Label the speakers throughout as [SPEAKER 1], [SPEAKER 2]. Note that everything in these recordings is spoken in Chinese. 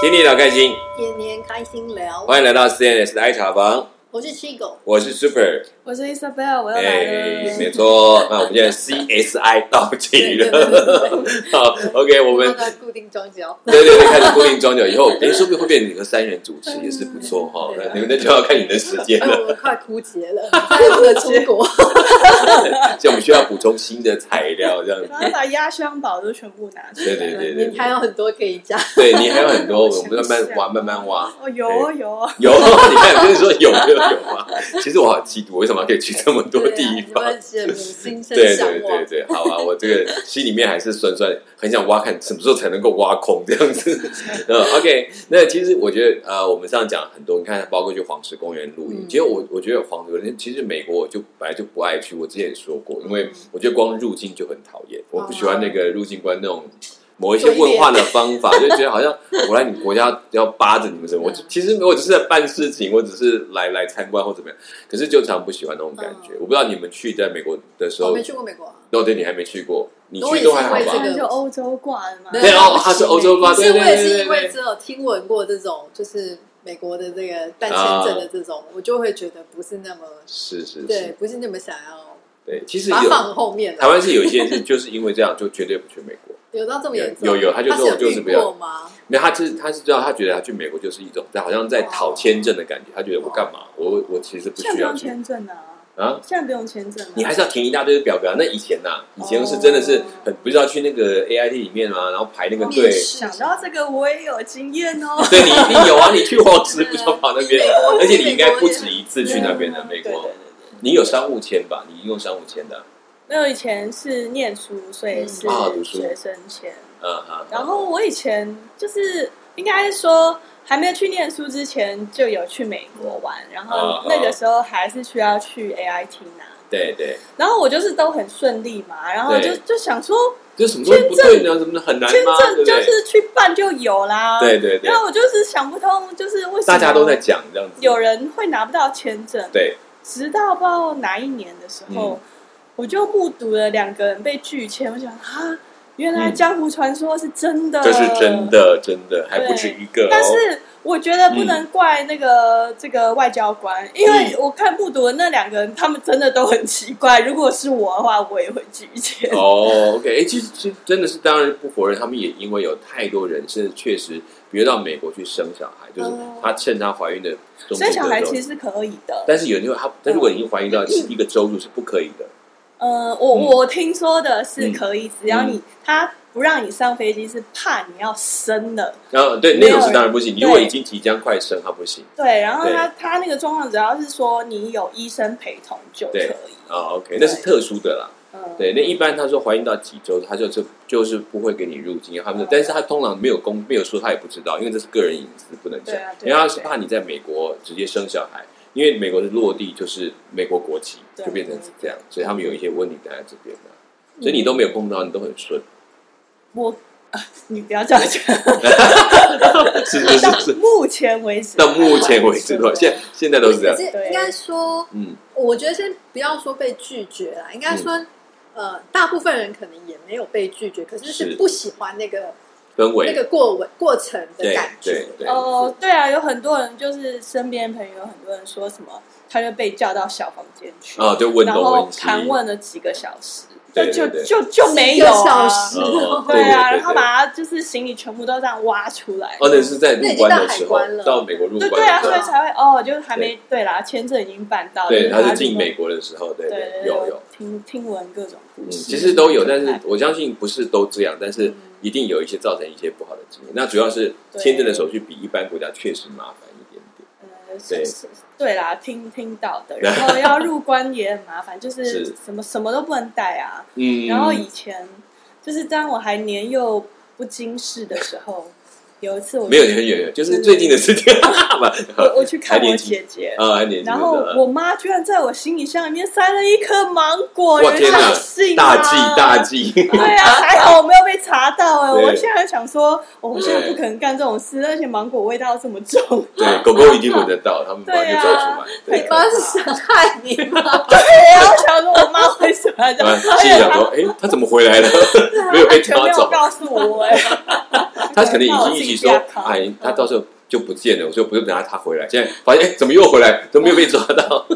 [SPEAKER 1] 天天聊开心，
[SPEAKER 2] 天天开心聊。
[SPEAKER 1] 欢迎来到 CNS 的爱茶房，
[SPEAKER 2] 我是七狗，
[SPEAKER 1] 我是 Super，
[SPEAKER 3] 我是 Isabel，我又来
[SPEAKER 1] 哎，没
[SPEAKER 3] 了。
[SPEAKER 1] 错，那我们 现在 CSI 到齐了， 好，OK，我们
[SPEAKER 2] 那个固定哦 装脚。
[SPEAKER 1] 对对对，开始固定装久以后，哎，说不定会变你个三人主持也是不错 哈，
[SPEAKER 2] 啊
[SPEAKER 1] 那你们那就要看你的时间
[SPEAKER 2] 哎，
[SPEAKER 1] 了，
[SPEAKER 2] 我们快枯竭 了，再不能出国。
[SPEAKER 1] 所以我们需要补充新的材料这样
[SPEAKER 3] 然后
[SPEAKER 1] 子，
[SPEAKER 3] 把压箱宝都全部拿出来。
[SPEAKER 1] 对对对对
[SPEAKER 2] 你还有很多可以讲，
[SPEAKER 1] 对，你还有很 多，我们慢慢挖，慢慢挖。
[SPEAKER 3] 哦，有哦
[SPEAKER 1] 哎
[SPEAKER 3] 有哦，
[SPEAKER 1] 有， 你看，就是说有就有嘛。其实我好嫉妒，为什么可以去这么多地方？
[SPEAKER 2] 对啊你们羡慕心生
[SPEAKER 1] 对
[SPEAKER 2] 向
[SPEAKER 1] 对
[SPEAKER 2] 往
[SPEAKER 1] 对。对，好啊，我这个心里面还是酸酸，很想挖看什么时候才能够挖空这样子。 嗯，OK，那其实我觉得呃，我们上讲很多，你看，包括去黄石公园露营，
[SPEAKER 2] 嗯
[SPEAKER 1] 其实我我觉得黄石公园，其实美国我就本来就不爱去，我之前也说过，因
[SPEAKER 2] 嗯
[SPEAKER 1] 为我觉得光入境就很讨厌，我不喜欢那
[SPEAKER 2] 啊
[SPEAKER 1] 个入境官那种。某一些问话的方 法，就觉得好像我来你国家要扒着你们什么？
[SPEAKER 2] 嗯
[SPEAKER 1] 我就其实我只是在办事情，我只是来来参观或怎么样。可是就常不喜欢那种感觉。
[SPEAKER 2] 嗯
[SPEAKER 1] 我不知道你们去在美国的时
[SPEAKER 2] 我
[SPEAKER 1] 候
[SPEAKER 2] 没去过美国啊，
[SPEAKER 1] 哦，对，你还没去过，你
[SPEAKER 2] 我
[SPEAKER 1] 去
[SPEAKER 2] 也
[SPEAKER 1] 都还好
[SPEAKER 2] 是为这
[SPEAKER 3] 当
[SPEAKER 1] 吧？
[SPEAKER 2] 个
[SPEAKER 3] 然就欧洲挂的嘛。
[SPEAKER 2] 对
[SPEAKER 1] 对哦，他是欧洲吧？
[SPEAKER 2] 可
[SPEAKER 1] 对
[SPEAKER 2] 是我
[SPEAKER 1] 对对
[SPEAKER 2] 也是
[SPEAKER 1] 对
[SPEAKER 2] 因为
[SPEAKER 1] 对。
[SPEAKER 2] 只有听闻过这种，就是美国的这个办签证的这种，我就会觉得不是那么
[SPEAKER 1] 啊是是
[SPEAKER 2] 对，
[SPEAKER 1] 是，
[SPEAKER 2] 不是那么想要
[SPEAKER 1] 对，其实
[SPEAKER 2] 把它
[SPEAKER 1] 有
[SPEAKER 2] 放后面
[SPEAKER 1] 台
[SPEAKER 2] 了。
[SPEAKER 1] 湾是有一些人是就是因为这样就绝对不去美国，
[SPEAKER 2] 有到这么严重？
[SPEAKER 1] 有有他就说我就是
[SPEAKER 2] 有
[SPEAKER 1] 不
[SPEAKER 2] 遇
[SPEAKER 1] 要
[SPEAKER 2] 过吗？
[SPEAKER 1] 没有他是他是知道他觉得他去美国就是一种好像在
[SPEAKER 2] 哦
[SPEAKER 1] 讨签证的感觉，他觉得我干嘛？我我其实不
[SPEAKER 3] 现
[SPEAKER 1] 需
[SPEAKER 3] 在不
[SPEAKER 1] 要
[SPEAKER 3] 用
[SPEAKER 1] 去
[SPEAKER 3] 签证啊，
[SPEAKER 1] 啊。
[SPEAKER 3] 现在不用签证啊。
[SPEAKER 1] 你还是要填一大堆表格啊、那以前呐、以前是真的是很不知道去那个 AIT 里面啊，然后排那个队
[SPEAKER 2] 面。试
[SPEAKER 3] 想到这个，我也有经验哦。
[SPEAKER 1] 对你一定有啊，你 去黄石不就跑那边
[SPEAKER 2] 美
[SPEAKER 3] 啊
[SPEAKER 2] 国，
[SPEAKER 1] 而且你应该
[SPEAKER 2] 美
[SPEAKER 1] 不
[SPEAKER 2] 国也
[SPEAKER 1] 止一次去那边的美
[SPEAKER 3] 对对
[SPEAKER 1] 国
[SPEAKER 3] 对。对
[SPEAKER 1] 你有商务签吧？你用商务签的啊，
[SPEAKER 3] 没有以前是念书，所以
[SPEAKER 2] 嗯
[SPEAKER 3] 是
[SPEAKER 1] 啊读书
[SPEAKER 3] 学生签。
[SPEAKER 1] 嗯好。
[SPEAKER 3] 然后我以前就是应该说还没有去念书之前就有去美国玩，然
[SPEAKER 1] 啊
[SPEAKER 3] 后那个时候还是需要去 AIT 拿，
[SPEAKER 1] 对对，
[SPEAKER 3] 啊然后我就是都很顺利嘛，然后就
[SPEAKER 1] 对
[SPEAKER 3] 就想说
[SPEAKER 1] 就什么东西不对呢？什么很难
[SPEAKER 3] 签
[SPEAKER 1] 吗？对不
[SPEAKER 3] 证就
[SPEAKER 1] 对？
[SPEAKER 3] 是去办就有啦，
[SPEAKER 1] 对对对
[SPEAKER 3] 然，后我就是想不通，就是为什么
[SPEAKER 1] 大家都在讲这样子。
[SPEAKER 3] 有人会拿不到签证，
[SPEAKER 1] 对，
[SPEAKER 3] 直到不知道哪一年的时候，
[SPEAKER 1] 嗯
[SPEAKER 3] 我就目睹了两个人被拒签，我想啊，原来江湖传说是真的，
[SPEAKER 1] 嗯这是真。的，真的还不止一个哦。嗯
[SPEAKER 3] 呃但是我觉得不能怪那个、这个外交官，因为我看目睹的那两个人，他们真的都很奇怪。如果是我的话，我也会拒签。
[SPEAKER 1] 哦，OK，哎，其实其实真的是，当然不否认，他们也因为有太多人是确实，比如到美国去生小孩，就是
[SPEAKER 2] 哦
[SPEAKER 1] 她趁她怀孕的中间
[SPEAKER 3] 生小孩
[SPEAKER 1] 的时
[SPEAKER 3] 其
[SPEAKER 1] 候，
[SPEAKER 3] 实是可以的，
[SPEAKER 1] 但是有人就他，但如果已经怀孕到一个周数是不可以的。
[SPEAKER 3] 呃，我
[SPEAKER 1] 嗯
[SPEAKER 3] 我听说的是可以，只要你
[SPEAKER 1] 嗯
[SPEAKER 3] 他不让你上飞机，是怕你要生了。
[SPEAKER 1] 然后对那种是当然不行，
[SPEAKER 3] 没有人
[SPEAKER 1] 如果已经即将快生，他不行。
[SPEAKER 3] 对，然后他
[SPEAKER 1] 对
[SPEAKER 3] 他那个状况只要是说你有医生陪同就可
[SPEAKER 1] 对
[SPEAKER 3] 以。
[SPEAKER 1] 啊，OK，
[SPEAKER 3] 对
[SPEAKER 1] 那是特殊的啦。
[SPEAKER 3] 嗯，
[SPEAKER 1] 对，那一般他说怀孕到几周，他就是就是不会给你入境，他们说，但是他通常没有公没有说，他也不知道，因为这是个人隐私，不能讲
[SPEAKER 3] 对啊。
[SPEAKER 1] 因
[SPEAKER 3] 对啊
[SPEAKER 1] 为他是怕你在美国直接生小孩，因为美国的落地就是美国国籍，
[SPEAKER 3] 对嗯
[SPEAKER 1] 就变成是这样，所以他们有一些问题在这边的。所以你都没有碰到，你都很 顺，
[SPEAKER 3] 我、啊你不要这 样讲。
[SPEAKER 1] 是是是
[SPEAKER 3] 到
[SPEAKER 1] 是。
[SPEAKER 3] 目前为止，
[SPEAKER 1] 到目前为 止的话，现现在都是这样
[SPEAKER 2] 可。
[SPEAKER 3] 对
[SPEAKER 2] 应该说，
[SPEAKER 1] 嗯，
[SPEAKER 2] 我觉得先不要说被拒绝啦，应该说，呃，大部分人可能也没有被拒绝，可是
[SPEAKER 1] 是
[SPEAKER 2] 是不喜欢那个
[SPEAKER 1] 氛
[SPEAKER 2] 那
[SPEAKER 1] 围
[SPEAKER 2] 个过程过程的
[SPEAKER 1] 对
[SPEAKER 2] 感
[SPEAKER 1] 对
[SPEAKER 2] 觉。
[SPEAKER 1] 对，
[SPEAKER 3] 哦，对啊，有很多人就是身边朋友，很多人说什么，他就被叫到小房间去，
[SPEAKER 1] 啊，就问
[SPEAKER 3] 然
[SPEAKER 1] 东
[SPEAKER 3] 后
[SPEAKER 1] 问西，
[SPEAKER 3] 盘问了几个小时，
[SPEAKER 1] 对
[SPEAKER 3] 那就
[SPEAKER 1] 对对
[SPEAKER 3] 就就没有啊。
[SPEAKER 2] 几个小时
[SPEAKER 1] 哦对
[SPEAKER 3] 对
[SPEAKER 1] 对
[SPEAKER 3] 啊，
[SPEAKER 1] 对
[SPEAKER 3] 然后
[SPEAKER 1] 对
[SPEAKER 3] 把他就是行李全部都这样挖出来。
[SPEAKER 1] 哦，那是在入关的时候
[SPEAKER 2] 那已经到海关，了
[SPEAKER 1] 到美国入
[SPEAKER 3] 对
[SPEAKER 1] 关
[SPEAKER 3] 对啊，
[SPEAKER 1] 的时
[SPEAKER 3] 所以
[SPEAKER 1] 候，
[SPEAKER 3] 才会哦，就是还没对啦，签证已经办到了，
[SPEAKER 1] 对，
[SPEAKER 3] 就
[SPEAKER 1] 他
[SPEAKER 3] 他
[SPEAKER 1] 是进美，国的时候，对
[SPEAKER 3] 对
[SPEAKER 1] 对
[SPEAKER 3] 对，，对
[SPEAKER 1] 有有，
[SPEAKER 3] 听听闻各种故
[SPEAKER 1] 嗯，
[SPEAKER 3] 事，
[SPEAKER 1] 其实都有，但是
[SPEAKER 3] 对
[SPEAKER 1] 我相信不是都这样，但是
[SPEAKER 2] 嗯
[SPEAKER 1] 一定有一些造成一些不好的经验。那主要是
[SPEAKER 3] 对
[SPEAKER 1] 签证的手续比一般国家确实麻烦一点点，
[SPEAKER 3] 呃
[SPEAKER 1] 对
[SPEAKER 3] 是是对啦，听听到 的，然后要入关也很麻烦，就是是什么什么都不能带啊。
[SPEAKER 1] 嗯，
[SPEAKER 3] 然后以前就是当我还年幼不经事的时候，有一次我
[SPEAKER 1] 没有很远，就是最近的事情， 吧
[SPEAKER 3] 我我去
[SPEAKER 1] 还
[SPEAKER 3] 看我
[SPEAKER 1] 年轻
[SPEAKER 3] 姐姐，
[SPEAKER 1] 啊，还年轻
[SPEAKER 3] 然后
[SPEAKER 1] 的时候
[SPEAKER 3] 我妈居然在我行李箱里面塞了一颗芒果，
[SPEAKER 1] 哇
[SPEAKER 3] 有
[SPEAKER 1] 天
[SPEAKER 3] 人啊
[SPEAKER 1] 哪
[SPEAKER 3] 相信
[SPEAKER 1] 大
[SPEAKER 3] 吗
[SPEAKER 1] 忌大忌，
[SPEAKER 3] 对啊，还好我没有被查到哎、
[SPEAKER 1] 对
[SPEAKER 3] 我现在想说，哦我现在不可能干这种事，而且芒果味道这么重。
[SPEAKER 1] 对，狗狗一定闻得到，他们马上
[SPEAKER 3] 对
[SPEAKER 1] 就
[SPEAKER 3] 啊
[SPEAKER 1] 走出来，
[SPEAKER 2] 你
[SPEAKER 1] 对。
[SPEAKER 2] 妈是想害你 吗？
[SPEAKER 3] 对啊，我想说我妈会喜欢这
[SPEAKER 1] 啊
[SPEAKER 3] 样，而
[SPEAKER 1] 心里
[SPEAKER 3] 且
[SPEAKER 1] 想
[SPEAKER 3] 她
[SPEAKER 1] 说，哎，他怎么回来了？没有被
[SPEAKER 3] 完全
[SPEAKER 1] 抓
[SPEAKER 3] 没有
[SPEAKER 1] 走，
[SPEAKER 3] 告诉我哎、
[SPEAKER 1] 他可能已经预期说，
[SPEAKER 3] 哎，
[SPEAKER 1] 哎，他到时候就不见了，我就不用拿他回来。现在发现，哎，怎么又回来？怎么又被抓 到？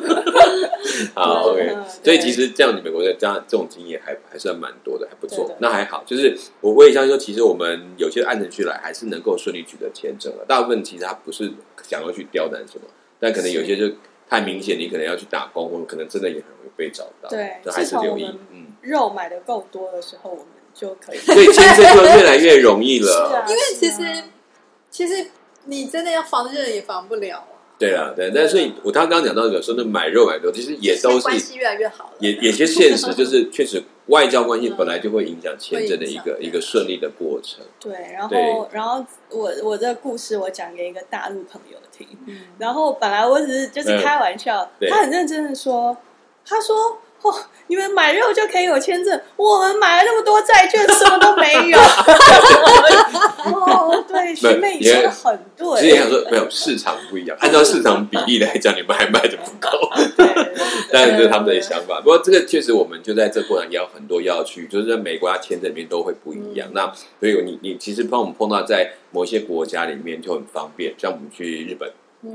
[SPEAKER 1] 好
[SPEAKER 3] 对
[SPEAKER 1] ，OK
[SPEAKER 3] 嗯。
[SPEAKER 1] 所以
[SPEAKER 3] 对
[SPEAKER 1] 其实这样子，美国的这样这种经验还还算蛮多的，还不
[SPEAKER 3] 对
[SPEAKER 1] 错
[SPEAKER 3] 对。
[SPEAKER 1] 那还好，就是我我也相信说，其实我们有些按程序来还是能够顺利取得签证了。大部分其实他不是想要去刁难什么，但可能有些就太明显，你可能要去打工，或者可能真的也很容易被找到。
[SPEAKER 3] 对
[SPEAKER 1] 这还
[SPEAKER 3] 至
[SPEAKER 1] 是
[SPEAKER 3] 少
[SPEAKER 1] 留
[SPEAKER 3] 我
[SPEAKER 1] 意
[SPEAKER 3] 们。
[SPEAKER 1] 嗯，
[SPEAKER 3] 肉买的够多的时候，我们就可以。
[SPEAKER 1] 所以签证就越来越容易
[SPEAKER 3] 是
[SPEAKER 1] 了
[SPEAKER 3] 啊。
[SPEAKER 2] 因为其
[SPEAKER 3] 是啊
[SPEAKER 2] 实其实你真的要防热也防不了啊，
[SPEAKER 1] 对啦，对，但是我他刚刚讲到有时候那买肉买多，其实也
[SPEAKER 2] 所
[SPEAKER 1] 都
[SPEAKER 2] 以关
[SPEAKER 1] 是
[SPEAKER 2] 系越来越好了。
[SPEAKER 1] 也也些现实，就是 确实外交关系本来就会影响签证的一个
[SPEAKER 2] 会影响
[SPEAKER 1] 一个顺利的过程。
[SPEAKER 3] 对，然后
[SPEAKER 1] 对
[SPEAKER 3] 然后我我这个故事我讲给一个大陆朋友听，
[SPEAKER 2] 嗯
[SPEAKER 3] 然后本来我只是就是
[SPEAKER 1] 嗯
[SPEAKER 3] 开玩笑，
[SPEAKER 1] 对
[SPEAKER 3] 他很认真的说，他说哦，你们买肉就可以有签证，我们买了那么多债券，什么都 没有。哦，对，学妹你说的很
[SPEAKER 1] 其实也
[SPEAKER 3] 对
[SPEAKER 1] 想，说，没有市场不一样，按照市场比例来讲，你们还卖的不够，
[SPEAKER 3] 对
[SPEAKER 1] 当然这是他们的想法。不过这个确实，我们就在这过程也有很多要去，就是在美国它签证里面都会不一样。
[SPEAKER 3] 嗯
[SPEAKER 1] 那所以你你其实碰我们碰到在某些国家里面就很方便，像我们去日本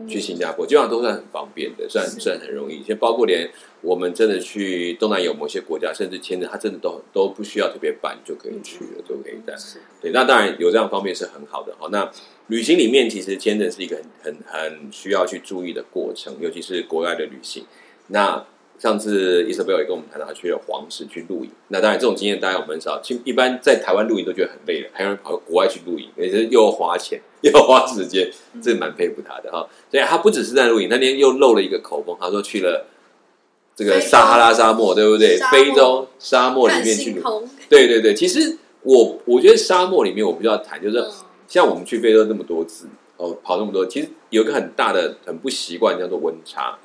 [SPEAKER 1] 去新加坡，基本上都算很方便的，算
[SPEAKER 3] 嗯是
[SPEAKER 1] 算很容易。就包括连我们真的去东南亚某些国家，甚至签证，它真的都都不需要特别办就可以去了，就可以这样。
[SPEAKER 3] 嗯是
[SPEAKER 1] 对，那当然有这样方面是很好的。好，那旅行里面其实签证是一个很很很需要去注意的过程，尤其是国外的旅行。那上次伊莎贝尔也跟我们谈到，他去了黄石去露营。那当然，这种经验大家我们很少，其实一般在台湾露营都觉得很累了，还有人跑到国外去露营，也是又要花钱又要花时间，这蛮佩服他的哈。所以他不只是在露营，那天又漏了一个口风，他说去了这个
[SPEAKER 2] 非洲
[SPEAKER 1] 撒哈拉沙漠，对不对？
[SPEAKER 2] 嗯沙漠
[SPEAKER 1] 非洲沙漠里
[SPEAKER 2] 看
[SPEAKER 1] 面去露
[SPEAKER 2] 星空，
[SPEAKER 1] 对对对，其实我我觉得沙漠里面我们就要谈，就是
[SPEAKER 2] 嗯
[SPEAKER 1] 像我们去非洲那么多次，哦，跑那么多，其实有一个很大的很不习惯叫做温差，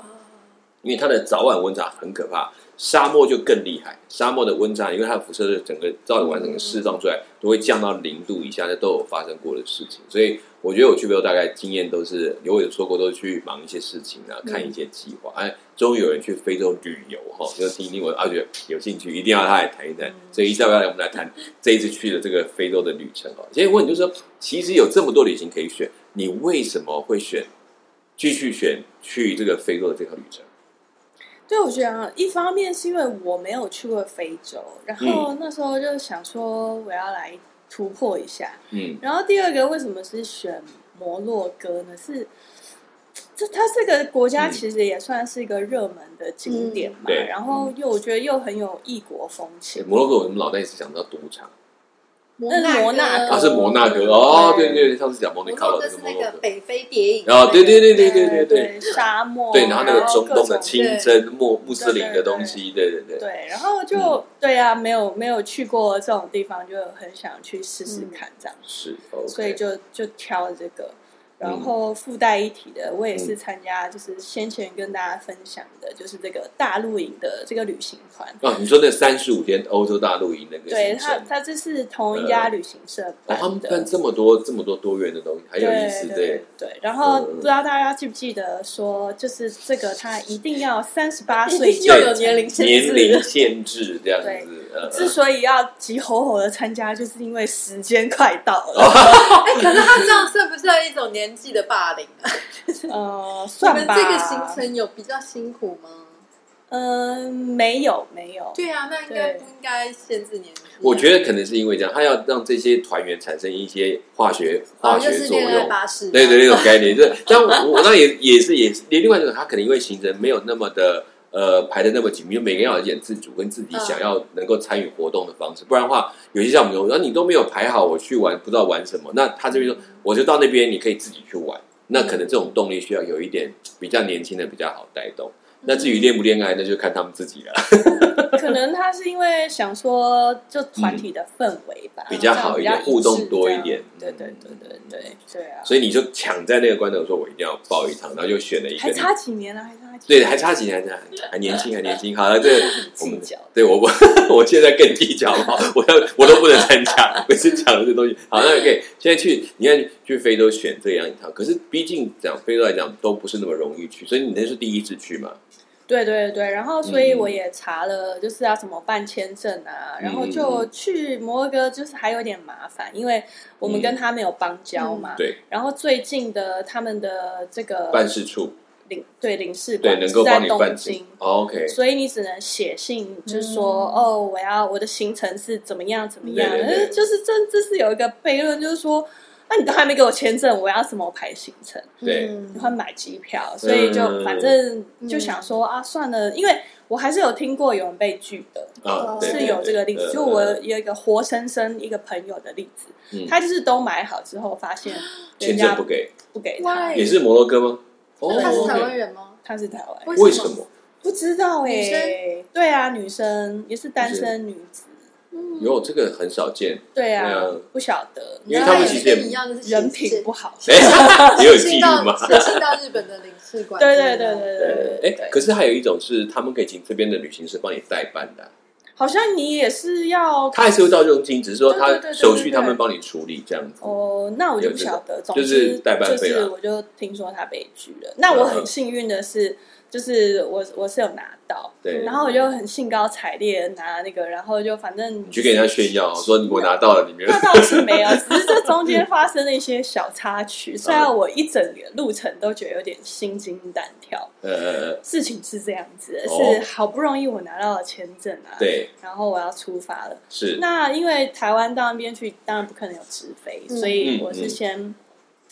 [SPEAKER 1] 因为它的早晚温差很可怕。沙漠就更厉害，沙漠的温差，因为它的辐射热，整个照晚整个释放出来，都会降到零度以下，那都有发生过的事情。所以我觉得我去非洲大概经验都是，有有说过都是去忙一些事情啊，看一些计划。哎，终于有人去非洲旅游哈，就听听我，啊，觉得有兴趣，一定要他来谈一谈。所以一下要来我们来谈这一次去的这个非洲的旅程哦。所以问题就是说，其实有这么多旅行可以选，你为什么会选继续选去这个非洲的这条旅程？
[SPEAKER 3] 对，我觉得啊一方面是因为我没有去过非洲，然
[SPEAKER 1] 嗯
[SPEAKER 3] 后那时候就想说我要来突破一下。
[SPEAKER 1] 嗯，
[SPEAKER 3] 然后第二个为什么是选摩洛哥呢？是这它这个国家
[SPEAKER 1] 嗯
[SPEAKER 3] 其实也算是一个热门的景点嘛，
[SPEAKER 1] 嗯对
[SPEAKER 3] 然后又我觉得又很有异国风情。
[SPEAKER 1] 摩洛哥，我们脑袋一直想到赌场，
[SPEAKER 2] 摩
[SPEAKER 3] 那是摩纳
[SPEAKER 2] 纳
[SPEAKER 3] 哥
[SPEAKER 1] 啊，
[SPEAKER 2] 哥
[SPEAKER 1] 是摩纳哥哦，对
[SPEAKER 3] 对
[SPEAKER 1] 对对，上次讲蒙
[SPEAKER 2] 摩
[SPEAKER 1] 尼卡
[SPEAKER 2] 洛
[SPEAKER 1] 罗
[SPEAKER 2] 哥
[SPEAKER 1] 那
[SPEAKER 2] 是
[SPEAKER 1] 个摩
[SPEAKER 2] 那
[SPEAKER 1] 洛
[SPEAKER 2] 个
[SPEAKER 1] 哥，
[SPEAKER 2] 北非谍影
[SPEAKER 1] 哦，对对对对对
[SPEAKER 3] 对
[SPEAKER 1] 对对，
[SPEAKER 3] 沙漠，
[SPEAKER 1] 对，然后那个中东
[SPEAKER 3] 各
[SPEAKER 1] 的
[SPEAKER 3] 种
[SPEAKER 1] 清真穆穆斯林的东西，对对对，
[SPEAKER 3] 对，然后就、
[SPEAKER 1] 嗯
[SPEAKER 3] 对啊，没有没有去过这种地方，就很想去试试
[SPEAKER 2] 嗯
[SPEAKER 3] 看这样。
[SPEAKER 1] 是，OK，
[SPEAKER 3] 所以就就挑了这个。然
[SPEAKER 1] 嗯
[SPEAKER 3] 后附带一提的，我也是参加，就是先前跟大家分享的，就是这个大露营的这个旅行团。
[SPEAKER 1] 哦，你说那三十五天欧洲大陆营那个
[SPEAKER 3] 对
[SPEAKER 1] 行
[SPEAKER 3] 他，
[SPEAKER 1] 程，
[SPEAKER 3] 他这是同一家旅行社
[SPEAKER 1] 哦，他
[SPEAKER 3] 办
[SPEAKER 1] 们
[SPEAKER 3] 的
[SPEAKER 1] 办，这么多这么多多元的东西，很有意
[SPEAKER 3] 对
[SPEAKER 1] 思，
[SPEAKER 3] 对
[SPEAKER 1] 对，
[SPEAKER 3] 对。然后
[SPEAKER 1] 嗯
[SPEAKER 3] 不知道大家记不记得说，就是这个他一定要三十八岁
[SPEAKER 2] 一
[SPEAKER 3] 以
[SPEAKER 2] 定要
[SPEAKER 3] 上
[SPEAKER 2] 有年龄限
[SPEAKER 1] 年
[SPEAKER 2] 制，
[SPEAKER 1] 龄限制这样
[SPEAKER 3] 对
[SPEAKER 1] 子，呃
[SPEAKER 3] 之所以要急吼吼的参加，就是因为时间快到了。
[SPEAKER 2] 哎，可是他这样算不算一种年纪的霸凌啊？
[SPEAKER 1] 哦
[SPEAKER 3] 呃，
[SPEAKER 2] 你
[SPEAKER 3] 算
[SPEAKER 2] 们
[SPEAKER 3] 吧。
[SPEAKER 2] 这个行，程有比较辛苦吗？
[SPEAKER 3] 嗯，没有没有，
[SPEAKER 2] 对啊，那应该不应该限制年纪？
[SPEAKER 1] 我觉得可能是因为这样，他要让这些团员产生一些化学
[SPEAKER 2] 哦，
[SPEAKER 1] 化
[SPEAKER 2] 就
[SPEAKER 1] 学
[SPEAKER 2] 是
[SPEAKER 1] 作
[SPEAKER 2] 恋爱
[SPEAKER 1] 用，
[SPEAKER 2] 巴士，
[SPEAKER 1] 对对，那种概念，就是但我我那也也是也是另外一种，他可能因为行程没有那么的呃排的那么紧密，就每个人要有一点自主跟自
[SPEAKER 3] 嗯
[SPEAKER 1] 己想要能够参与活动的方式，不然的话，有些像我们有，然后你都没有排好，我去玩不知道玩什么，那他这边说我就到那边，你可以自己去玩，那可能这种动力需要有一点比较年轻的比较好带动。那至于恋不恋爱，那就看他们自己了，
[SPEAKER 3] 可能他是因为想说，就团体的氛围吧，
[SPEAKER 1] 比较好一点
[SPEAKER 3] 这样比较一致
[SPEAKER 1] 互动多一点嗯
[SPEAKER 3] 这样对对对对对对啊！
[SPEAKER 1] 所以你就抢在那个关头说，我一定要报一趟，然后就选了一个
[SPEAKER 3] 还
[SPEAKER 1] 你
[SPEAKER 3] 差几年了，啊还差几
[SPEAKER 1] 对，还差几年，还差还年轻，还年轻。好了，这 个我
[SPEAKER 3] 计
[SPEAKER 1] 们
[SPEAKER 3] 较。
[SPEAKER 1] 对我我 我现在更计较了，我要我都不能参加，每次讲的这东西。好，那 OK，现在去你看去非洲选这样一趟，可是毕竟讲非洲来讲都不是那么容易去，所以你那是第一次去嘛？
[SPEAKER 3] 对对对，然后所以
[SPEAKER 1] 嗯
[SPEAKER 3] 我也查了，就是要怎么办签证啊，然后就
[SPEAKER 1] 嗯
[SPEAKER 3] 去摩洛哥，就是还有点麻烦，因为我们跟他没有邦交嘛。
[SPEAKER 1] 嗯对，
[SPEAKER 3] 然后最近的他们的这个
[SPEAKER 1] 办事处
[SPEAKER 3] 领对领事
[SPEAKER 1] 对
[SPEAKER 3] 馆
[SPEAKER 1] 能
[SPEAKER 3] 是
[SPEAKER 1] 够
[SPEAKER 3] 在
[SPEAKER 1] 帮你办
[SPEAKER 3] 东
[SPEAKER 1] 事
[SPEAKER 3] 京，
[SPEAKER 1] 哦，OK，
[SPEAKER 3] 所以你只能写信，就是说、
[SPEAKER 2] 嗯
[SPEAKER 3] 哦，我要我的行程是怎么样怎么样，
[SPEAKER 1] 对对对
[SPEAKER 3] 呃就是这这是有一个悖论，就是说，那、你都还没给我签证，我要怎么排行程？
[SPEAKER 1] 对
[SPEAKER 2] 嗯
[SPEAKER 3] 你会买机票，所以就
[SPEAKER 1] 嗯
[SPEAKER 3] 反正就想说、啊，算了，因为我还是有听过有人被拒的，
[SPEAKER 1] 啊，对
[SPEAKER 3] 哦
[SPEAKER 1] 呃
[SPEAKER 3] 是有这个例子，就我有一个活生生一个朋友的例子，
[SPEAKER 1] 嗯
[SPEAKER 3] 他就是都买好之后 发现人
[SPEAKER 1] 签
[SPEAKER 3] 家
[SPEAKER 1] 证不给，
[SPEAKER 3] 不给他，
[SPEAKER 2] Why？
[SPEAKER 1] 也是摩洛哥吗？哦，
[SPEAKER 2] 他是台
[SPEAKER 1] OK
[SPEAKER 2] 湾人吗？
[SPEAKER 3] 他是台湾人。
[SPEAKER 1] 为什么？
[SPEAKER 3] 不知道哎、
[SPEAKER 2] 女
[SPEAKER 3] 对啊，女生也是单身女子，
[SPEAKER 2] 嗯，
[SPEAKER 1] 有这个很少见，
[SPEAKER 3] 对啊，
[SPEAKER 1] 嗯
[SPEAKER 3] 不晓得，
[SPEAKER 1] 因为他们其实也
[SPEAKER 2] 跟你一样，就是写
[SPEAKER 3] 人品不好，
[SPEAKER 1] 哎， 也有
[SPEAKER 2] 写
[SPEAKER 1] 记
[SPEAKER 2] 信
[SPEAKER 1] 录
[SPEAKER 2] 到
[SPEAKER 1] 吗？
[SPEAKER 2] 写信到日本的领事馆，
[SPEAKER 3] 对对对对对呃对
[SPEAKER 1] 哎，
[SPEAKER 3] 对，
[SPEAKER 1] 可是还有一种是他们可以请这边的旅行社帮你代办的啊，
[SPEAKER 3] 好像你也是要
[SPEAKER 1] 他还是会到佣金，只是说
[SPEAKER 3] 对对对
[SPEAKER 1] 他
[SPEAKER 3] 对
[SPEAKER 1] 手续
[SPEAKER 3] 对对
[SPEAKER 1] 他们帮你处理这样子。
[SPEAKER 3] 哦，那我就不晓得，总
[SPEAKER 1] 就
[SPEAKER 3] 之
[SPEAKER 1] 是代办
[SPEAKER 3] 就
[SPEAKER 1] 费啦啊嗯
[SPEAKER 3] 是我就听说他被拒了，那我很幸运的是，就是我我是有拿到。
[SPEAKER 1] 对，
[SPEAKER 3] 然后我就很兴高采烈地拿那个，然后就反正
[SPEAKER 1] 你去跟人家炫耀说你我拿到了，你没有
[SPEAKER 3] 那倒是没有， 只是这中间发生了一些小插
[SPEAKER 1] 嗯
[SPEAKER 3] 曲，虽然我一整个路程都觉得有点心惊胆跳。
[SPEAKER 1] 呃呃呃，
[SPEAKER 3] 事情是这样子的，
[SPEAKER 1] 哦
[SPEAKER 3] 是好不容易我拿到了签证啊，，
[SPEAKER 1] 对，
[SPEAKER 3] 然后我要出发了。
[SPEAKER 1] 是
[SPEAKER 3] 那因为台湾到那边去，当然不可能有直飞，
[SPEAKER 2] 嗯
[SPEAKER 3] 所以我是先、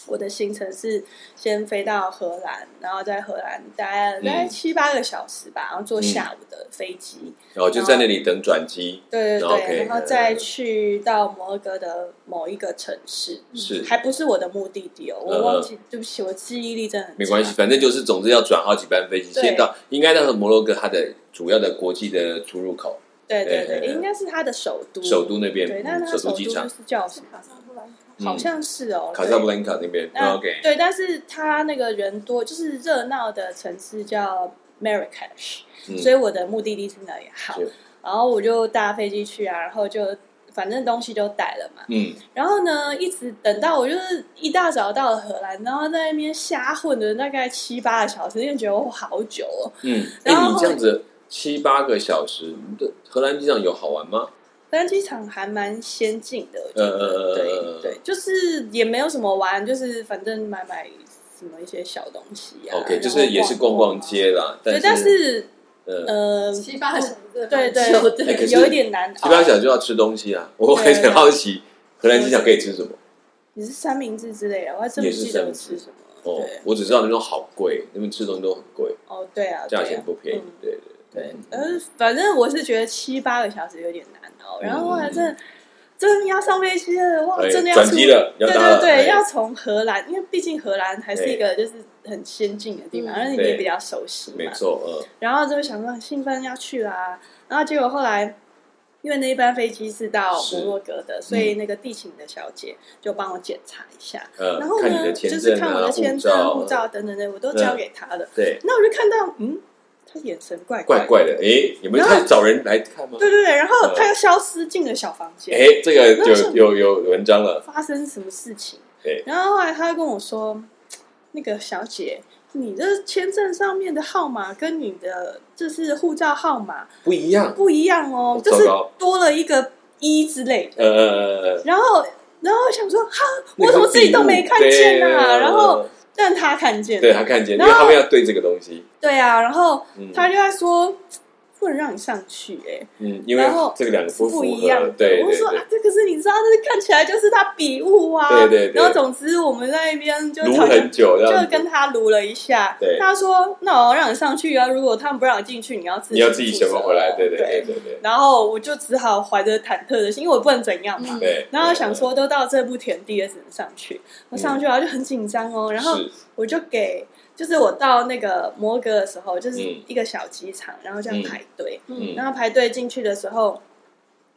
[SPEAKER 3] 我的行程是先飞到荷兰，然后在荷兰待
[SPEAKER 1] 嗯
[SPEAKER 3] 大概七八个小时吧，然后坐下午的飞机，
[SPEAKER 1] 然后就在那里等转机，
[SPEAKER 3] 对对对
[SPEAKER 1] 嗯 OK，呃
[SPEAKER 3] 然后再去到摩洛哥的某一个城市，
[SPEAKER 1] 是
[SPEAKER 3] 还不是我的目的地哦，
[SPEAKER 1] 嗯
[SPEAKER 3] 我
[SPEAKER 1] 嗯
[SPEAKER 3] 忘记，对不起，我记忆力真的很差
[SPEAKER 1] 没关系，，反正就是总之要转好几班飞机，
[SPEAKER 3] 啊对
[SPEAKER 1] 先到应该那时候摩洛哥它的主要的国际的出入口，
[SPEAKER 3] 对
[SPEAKER 1] 对
[SPEAKER 3] 对
[SPEAKER 1] 对
[SPEAKER 3] 对，应该是他的首都，
[SPEAKER 1] 首都那
[SPEAKER 3] 对，
[SPEAKER 1] 边，
[SPEAKER 3] 但
[SPEAKER 1] 嗯
[SPEAKER 3] 是他
[SPEAKER 1] 首
[SPEAKER 3] 首
[SPEAKER 1] 都
[SPEAKER 3] 都
[SPEAKER 1] 机
[SPEAKER 3] 就
[SPEAKER 1] 场
[SPEAKER 3] 是叫什么？
[SPEAKER 2] 卡萨布兰卡
[SPEAKER 1] 嗯
[SPEAKER 3] 好像是哦，
[SPEAKER 1] 卡萨布
[SPEAKER 3] 对
[SPEAKER 1] 兰卡那边
[SPEAKER 3] 那
[SPEAKER 1] ，OK，
[SPEAKER 3] 对，但是它那个人多，就是热闹的城市叫 Marrakesh，、
[SPEAKER 1] 嗯
[SPEAKER 3] 所以我的目的地是那里。好
[SPEAKER 1] 是，
[SPEAKER 3] 然后我就搭飞机去啊，然后就反正东西都带了嘛。
[SPEAKER 1] 嗯，
[SPEAKER 3] 然后呢，一直等到我就是一大早到了荷兰，然后在那边瞎混了大概七八个小时，因为觉得我好久哦，
[SPEAKER 1] 嗯，哎、
[SPEAKER 3] 然后
[SPEAKER 1] 你这样子七八个小时，你的荷兰机场有好玩吗？
[SPEAKER 3] 但机场还蛮先进的，我觉
[SPEAKER 1] 呃
[SPEAKER 3] 得，对对，就是也没有什么玩，就是反正买买什么一些小东西啊。
[SPEAKER 1] OK，
[SPEAKER 3] 然
[SPEAKER 1] 就
[SPEAKER 3] 后
[SPEAKER 1] 是也是逛
[SPEAKER 3] 逛
[SPEAKER 1] 逛。街啦，
[SPEAKER 3] 对，但
[SPEAKER 1] 但
[SPEAKER 3] 是
[SPEAKER 1] 呃，
[SPEAKER 3] 呃，
[SPEAKER 2] 七八个小时真的
[SPEAKER 3] 对
[SPEAKER 2] 蛮
[SPEAKER 3] 对
[SPEAKER 2] 久的，
[SPEAKER 1] 哎可是
[SPEAKER 3] 有一点难
[SPEAKER 1] 七八
[SPEAKER 3] 熬。
[SPEAKER 1] 小时就要吃东西啊，我
[SPEAKER 3] 对
[SPEAKER 1] 还很好奇荷兰机场可以吃什么。
[SPEAKER 3] 你是三明治之类的，我还真不记得我吃什么。
[SPEAKER 1] 哦
[SPEAKER 3] 对，，啊
[SPEAKER 1] 我只知道那种好贵，那边吃东西都很贵，
[SPEAKER 3] 哦，对啊，对
[SPEAKER 1] 价
[SPEAKER 3] 啊
[SPEAKER 1] 钱不便宜
[SPEAKER 3] 嗯。
[SPEAKER 1] 对对
[SPEAKER 3] 对，呃，反正我是觉得七八个小时有点难熬，然后啊，真的真的要上飞机了，哇，
[SPEAKER 1] 嗯哎
[SPEAKER 3] 哦真的要
[SPEAKER 1] 转
[SPEAKER 3] 出
[SPEAKER 1] 机了，要
[SPEAKER 3] 对
[SPEAKER 1] 搭了，
[SPEAKER 3] 对对，
[SPEAKER 1] 哎
[SPEAKER 3] 要从荷兰，因为毕竟荷兰还是一个就是很先进的地方，
[SPEAKER 2] 嗯
[SPEAKER 3] 而且你也比较熟悉
[SPEAKER 1] 没
[SPEAKER 3] 嘛。
[SPEAKER 1] 错，嗯，
[SPEAKER 3] 然后就会想说很兴奋要去啦，然后结果后来。因为那一班飞机是到摩洛哥的，所以那个地勤的小姐就帮我检查一下，
[SPEAKER 1] 呃，
[SPEAKER 3] 然后
[SPEAKER 1] 看你
[SPEAKER 3] 呢，
[SPEAKER 1] 的
[SPEAKER 3] 就
[SPEAKER 1] 签
[SPEAKER 3] 是
[SPEAKER 1] 证
[SPEAKER 3] 看我
[SPEAKER 1] 啊，
[SPEAKER 3] 的签
[SPEAKER 1] 护
[SPEAKER 3] 证、
[SPEAKER 1] 照，
[SPEAKER 3] 护照等等的，我都交给她了。
[SPEAKER 1] 对，
[SPEAKER 3] 那我就看到，嗯，她眼神怪
[SPEAKER 1] 怪
[SPEAKER 3] 怪
[SPEAKER 1] 怪的，哎，有没有
[SPEAKER 3] 然后
[SPEAKER 1] 看找人来看吗
[SPEAKER 3] 的，？对对对，然后
[SPEAKER 1] 嗯
[SPEAKER 3] 她又消失进了小房间。
[SPEAKER 1] 哎，这个
[SPEAKER 3] 那是
[SPEAKER 1] 有有有文章了，
[SPEAKER 3] 发生什么事情。
[SPEAKER 1] 对
[SPEAKER 3] 然后后来他跟我说，那个小姐，你的签证上面的号码跟你的就是护照号码
[SPEAKER 1] 不一样，
[SPEAKER 3] 不一样哦
[SPEAKER 1] 哦，
[SPEAKER 3] 就是
[SPEAKER 1] 糟糕
[SPEAKER 3] 多了一个一之类的。
[SPEAKER 1] 呃呃呃呃。
[SPEAKER 3] 然后，然后我想说，哈，我怎么自己都没看见啊？
[SPEAKER 1] 对嗯
[SPEAKER 3] 然后，但他看见
[SPEAKER 1] 对
[SPEAKER 3] 了，
[SPEAKER 1] 他看见，因
[SPEAKER 3] 然
[SPEAKER 1] 为
[SPEAKER 3] 后
[SPEAKER 1] 他们要对这个东西，
[SPEAKER 3] 对啊，然后
[SPEAKER 1] 嗯
[SPEAKER 3] 他就在说，不能让你上去，哎，
[SPEAKER 1] 嗯，因为
[SPEAKER 3] 然后
[SPEAKER 1] 这个两个
[SPEAKER 3] 是
[SPEAKER 1] 不符
[SPEAKER 3] 不
[SPEAKER 1] 合，
[SPEAKER 3] 一样的。
[SPEAKER 1] 对
[SPEAKER 3] 我
[SPEAKER 1] 对
[SPEAKER 3] 就说
[SPEAKER 1] 对
[SPEAKER 3] 啊，，这个是你知道，这是看起来就是他笔误啊。
[SPEAKER 1] 对对对
[SPEAKER 3] 然后总之我们在那边就
[SPEAKER 1] 撸
[SPEAKER 3] 讨
[SPEAKER 1] 很
[SPEAKER 3] 论，
[SPEAKER 1] 久，这样
[SPEAKER 3] 就
[SPEAKER 1] 子
[SPEAKER 3] 跟他撸了一下。
[SPEAKER 1] 对
[SPEAKER 3] 他说：“那我要让你上去啊，如果他们不让你进去，你要自己
[SPEAKER 1] 你要自己
[SPEAKER 3] 负责啊
[SPEAKER 1] 想办法回来，对
[SPEAKER 3] 对
[SPEAKER 1] 对对对
[SPEAKER 3] 然后我就只好怀着忐忑的心，因为我不能怎样嘛。
[SPEAKER 2] 嗯
[SPEAKER 1] 对。
[SPEAKER 3] 然后想说，都到这步田地了，只能上去。我上去然后就很紧张哦，然后
[SPEAKER 1] 嗯是
[SPEAKER 3] 我就给，就是我到那个摩洛哥的时候，就是
[SPEAKER 1] 嗯
[SPEAKER 3] 一个小机场，然后这样排队，
[SPEAKER 1] 嗯
[SPEAKER 3] 然后排队进去的时候，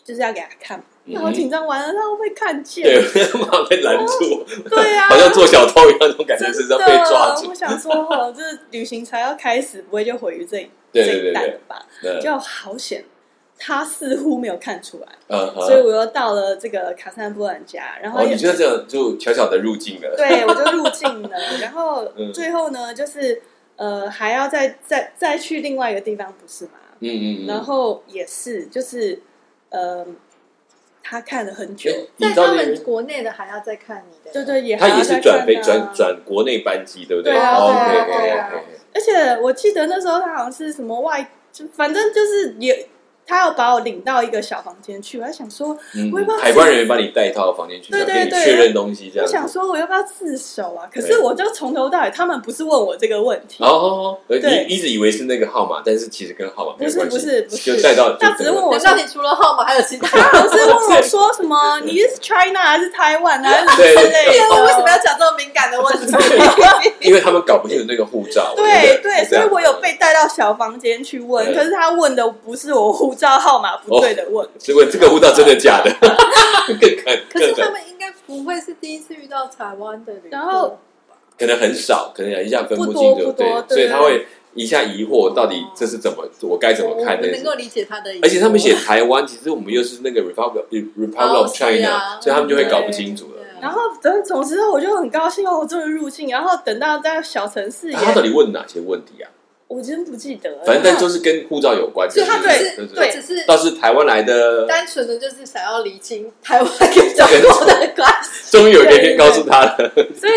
[SPEAKER 3] 就是要给他看，
[SPEAKER 1] 嗯
[SPEAKER 3] 那好紧张，完了他会不会看见？
[SPEAKER 1] 对， 妈被拦住，
[SPEAKER 3] 对啊，
[SPEAKER 1] 好像做小偷一样，那种感觉
[SPEAKER 3] 真
[SPEAKER 1] 是
[SPEAKER 3] 的
[SPEAKER 1] 要，被抓住
[SPEAKER 3] 我。想说，哦，这旅行才要开始，不会就毁于这一
[SPEAKER 1] 对
[SPEAKER 3] 这
[SPEAKER 1] 对
[SPEAKER 3] 一
[SPEAKER 1] 对
[SPEAKER 3] 蛋
[SPEAKER 1] 对
[SPEAKER 3] 了吧？
[SPEAKER 1] 嗯
[SPEAKER 3] 就好险，他似乎没有看出来，
[SPEAKER 1] 嗯，
[SPEAKER 3] 所以
[SPEAKER 1] 好
[SPEAKER 3] 我又到了这个卡萨布兰家，然后
[SPEAKER 1] 哦，
[SPEAKER 3] 也
[SPEAKER 1] 你就这样就悄悄的入境了，
[SPEAKER 3] 对，我就入境了。然后
[SPEAKER 1] 嗯
[SPEAKER 3] 最后呢，就是呃，还要再再再去另外一个地方，不是吗？
[SPEAKER 1] 嗯嗯嗯。
[SPEAKER 3] 然后也是，就是呃，他看了很久，
[SPEAKER 1] 诶，你
[SPEAKER 2] 在
[SPEAKER 1] 到
[SPEAKER 2] 他
[SPEAKER 1] 那
[SPEAKER 2] 们
[SPEAKER 1] 边，
[SPEAKER 2] 国内的还要再看你的，
[SPEAKER 3] 对对，也
[SPEAKER 1] 他
[SPEAKER 3] 还要
[SPEAKER 1] 也
[SPEAKER 3] 再
[SPEAKER 1] 是
[SPEAKER 3] 看
[SPEAKER 1] 转飞
[SPEAKER 3] 啊
[SPEAKER 1] 转。转国内班机，对不对
[SPEAKER 3] 对啊
[SPEAKER 1] 哦
[SPEAKER 3] 对啊
[SPEAKER 1] ，OK，OK，OK，OK
[SPEAKER 3] 对啊而且我记得那时候他好像是什么外，就反正就是也，他要把我领到一个小房间去，我还想说，
[SPEAKER 1] 嗯
[SPEAKER 3] 我也不知道
[SPEAKER 1] 海关人员把你带到房间去，
[SPEAKER 3] 对对
[SPEAKER 1] 给你
[SPEAKER 3] 对
[SPEAKER 1] 确认东西，这
[SPEAKER 3] 我
[SPEAKER 1] 样
[SPEAKER 3] 想
[SPEAKER 1] 子。
[SPEAKER 3] 说我要不要自首啊？可
[SPEAKER 1] 对
[SPEAKER 3] 是我就从头到尾，他们不是问我这个问题，
[SPEAKER 1] 哦哦哦，
[SPEAKER 3] 对
[SPEAKER 1] 你一直以为是那个号码，但是其实跟号码没有
[SPEAKER 3] 不是
[SPEAKER 1] 关系，
[SPEAKER 3] 不是不是
[SPEAKER 1] 就带到。
[SPEAKER 3] 他只是问我
[SPEAKER 2] 难
[SPEAKER 3] 说
[SPEAKER 2] 道你除了号码还有其 他？
[SPEAKER 3] 他不是问我说什 么你是 China 还是台湾啊还是
[SPEAKER 1] 对
[SPEAKER 3] 之
[SPEAKER 1] 对
[SPEAKER 3] 类
[SPEAKER 1] 对
[SPEAKER 3] 的？
[SPEAKER 2] 我为什么要讲这么敏感的问题？
[SPEAKER 1] 因为他们搞不清楚那个护照。
[SPEAKER 3] 对
[SPEAKER 1] 不
[SPEAKER 2] 啊
[SPEAKER 1] 对
[SPEAKER 3] 对，所以我有，被带到小房间去问，
[SPEAKER 1] 对
[SPEAKER 3] 可是他问的不是我护照号码不对的
[SPEAKER 2] 哦
[SPEAKER 3] 问，
[SPEAKER 1] 是问这个护照真的假 的？更看，
[SPEAKER 2] 可是
[SPEAKER 1] 更
[SPEAKER 2] 他
[SPEAKER 1] 看，
[SPEAKER 2] 们应该不会是第一次遇到台湾的旅客，
[SPEAKER 3] 然后
[SPEAKER 1] 可能很少，可能一下分
[SPEAKER 3] 不
[SPEAKER 1] 清
[SPEAKER 3] 多
[SPEAKER 1] 楚，
[SPEAKER 3] 不多
[SPEAKER 1] 所以
[SPEAKER 3] 对啊
[SPEAKER 1] 他会一下疑惑，到底这是怎么，我该怎么看这
[SPEAKER 2] 我们
[SPEAKER 1] 件
[SPEAKER 2] 能
[SPEAKER 1] 事
[SPEAKER 2] 够理解他的疑惑，
[SPEAKER 1] 而且他们写台湾，其实我们又是那个 Republic Republic
[SPEAKER 2] 哦
[SPEAKER 1] of
[SPEAKER 2] 是啊
[SPEAKER 1] China，、所以他们就会搞不清楚了
[SPEAKER 2] 对。啊
[SPEAKER 3] 然后等总之我就很高兴哦，我终于入境，然后等到在小城市也
[SPEAKER 1] 啊他到底问哪些问题啊？
[SPEAKER 3] 我真不记得了，
[SPEAKER 1] 反正就是跟护照有关。
[SPEAKER 2] 所以他
[SPEAKER 1] 就
[SPEAKER 2] 只
[SPEAKER 1] 是
[SPEAKER 2] 是
[SPEAKER 1] 对
[SPEAKER 2] 他
[SPEAKER 3] 对
[SPEAKER 2] 只是
[SPEAKER 1] 倒是台湾来的，
[SPEAKER 2] 单纯的就是想要理清台湾跟中国 的关系，
[SPEAKER 1] 终于有一天可以告诉他了。
[SPEAKER 3] 所以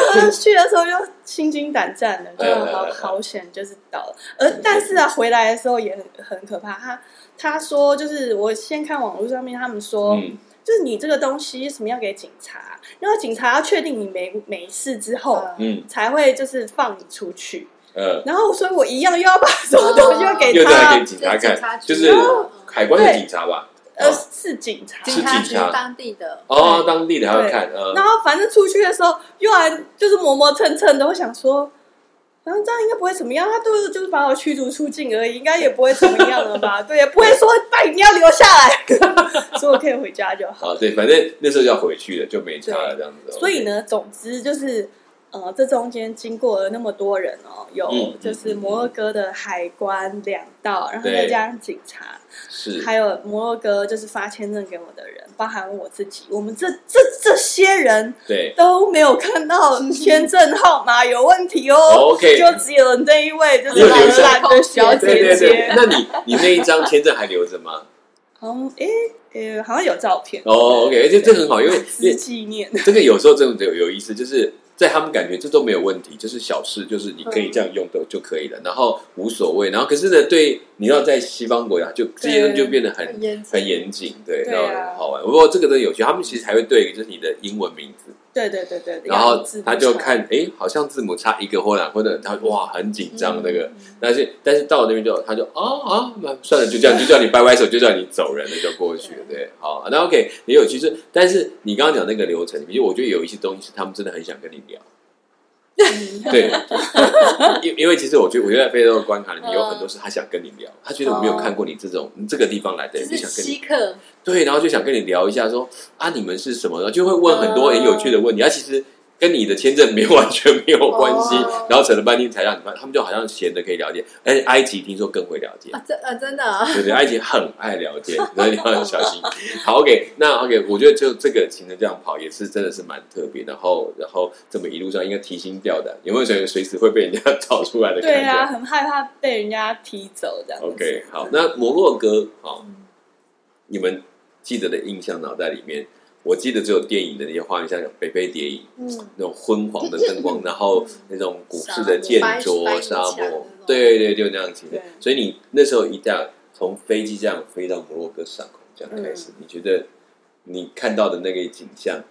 [SPEAKER 3] 就是就是去的时候就心惊胆战的，
[SPEAKER 1] 嗯
[SPEAKER 3] 就好好险就是到了。而但是啊，回来的时候也很很可怕。他他说就是我先看网络上面他们说，
[SPEAKER 1] 嗯，
[SPEAKER 3] 就是你这个东西为什么要给警察？然后警察要确定你没没事之后，
[SPEAKER 1] 嗯
[SPEAKER 3] 才会就是放你出去。
[SPEAKER 1] 呃，
[SPEAKER 3] 然后所以我一样又要把什么东西又给
[SPEAKER 1] 又再来
[SPEAKER 3] 他
[SPEAKER 1] 给，警察
[SPEAKER 2] 这警察
[SPEAKER 3] 啊
[SPEAKER 1] 看，
[SPEAKER 2] 局
[SPEAKER 1] 就是
[SPEAKER 2] 哦
[SPEAKER 1] 海关的警察吧？
[SPEAKER 3] 呃，
[SPEAKER 1] 哦
[SPEAKER 3] 是警察。
[SPEAKER 2] 警察局
[SPEAKER 1] 是警察
[SPEAKER 2] 当地的，
[SPEAKER 1] 哦，当地的还要看，呃
[SPEAKER 3] 然，后反正出去的时候，又还就是磨磨蹭蹭的，我想说，反正这样应该不会怎么样，他都就是把我驱逐出境而已，应该也不会怎么样了吧？对，也不会说拜你要留下来， 所以我可以回家就好。
[SPEAKER 1] 好，对，反正那时候就要回去了，就没差了这样子。
[SPEAKER 3] 所以呢，总之就是。呃，这中间经过了那么多人哦，有
[SPEAKER 1] 嗯
[SPEAKER 3] 就是摩洛哥的海关两道，然后
[SPEAKER 1] 对
[SPEAKER 3] 再加上警察，
[SPEAKER 1] 哦是
[SPEAKER 3] 还有摩洛哥就是发签证给我的人，包含我自己，我们这这这些人
[SPEAKER 1] 对
[SPEAKER 3] 都没有看到签证号码有问题哦，
[SPEAKER 1] ，OK，
[SPEAKER 3] 就只有那一位就是
[SPEAKER 1] 你有留
[SPEAKER 3] 懒
[SPEAKER 1] 下
[SPEAKER 3] 懒的小
[SPEAKER 1] 对对
[SPEAKER 3] 姐
[SPEAKER 1] 对，
[SPEAKER 3] 姐。
[SPEAKER 1] 那你你那一张签证还留着吗？
[SPEAKER 3] 嗯，诶诶，好像有照片
[SPEAKER 1] 哦，OK，而且 这很好，因为
[SPEAKER 3] 是纪念。
[SPEAKER 1] 这个有时候真的有有意思，就是在他们感觉这都没有问题，就是小事，就是你可以这样用都就可以了，然后无所谓。然后可是呢，对，你要在西方国家，就这些东西就变得很
[SPEAKER 2] 严谨
[SPEAKER 1] 很严谨，对，
[SPEAKER 3] 对
[SPEAKER 1] 然
[SPEAKER 3] 啊
[SPEAKER 1] 后很好玩。不过这个真的有趣，他们其实还会对，就是你的英文名字，
[SPEAKER 3] 对对对对，
[SPEAKER 1] 然
[SPEAKER 3] 要
[SPEAKER 1] 后
[SPEAKER 3] 自己
[SPEAKER 1] 他就
[SPEAKER 3] 查
[SPEAKER 1] 看，哎，好像字母差一个或两，或者他哇很紧张那个。
[SPEAKER 2] 嗯，
[SPEAKER 1] 但是但是到了那边就他就哦啊，那算了，就这样，就叫你掰掰手，就叫你走人了，就过去了。对，好，那 OK 也有趣是，但是你刚刚讲那个流程，其实我觉得有一些东西是他们真的很想跟你聊。对， 因因为其实我觉得，我觉得在非洲的关卡里面有很多是他想跟你聊，他觉得我没有看过你这种这个地方来的
[SPEAKER 2] 只
[SPEAKER 1] 人，就是想跟你
[SPEAKER 2] 稀客，
[SPEAKER 1] 对，然后就想跟你聊一下说，啊，你们是什么？然后就会问很多
[SPEAKER 3] 哦
[SPEAKER 1] 很有趣的问题，啊，其实跟你的签证没有 完全没有关系，
[SPEAKER 2] 哦
[SPEAKER 1] 然后扯了半天才让你发，他们就好像闲的可以了解，而且埃及听说更会了解。
[SPEAKER 2] 啊，真啊真的啊，
[SPEAKER 1] 对对，埃及很爱聊天，所以你要很小心。好，OK，那 OK，我觉得就这个行程这样跑也是真的是蛮特别，然后然后这么一路上应该提心吊胆，有没有觉得随时会被人家 找出来的感
[SPEAKER 3] 对
[SPEAKER 1] 觉、
[SPEAKER 3] 啊，很害怕被人家踢走这样子。
[SPEAKER 1] o k 好，那摩洛哥，好，你们记得的印象脑袋里面，我记得只有电影的那些画面，像北非谍影
[SPEAKER 2] 嗯，
[SPEAKER 1] 那种昏黄的灯 光，然后那种古式的建筑、啊沙
[SPEAKER 2] 沙漠
[SPEAKER 1] 漠， 对对，就那样情景
[SPEAKER 3] 对。
[SPEAKER 1] 所以你那时候一旦从飞机这样飞到摩洛哥上空，这样开
[SPEAKER 3] 嗯
[SPEAKER 1] 始，你觉得你看到的那个景象？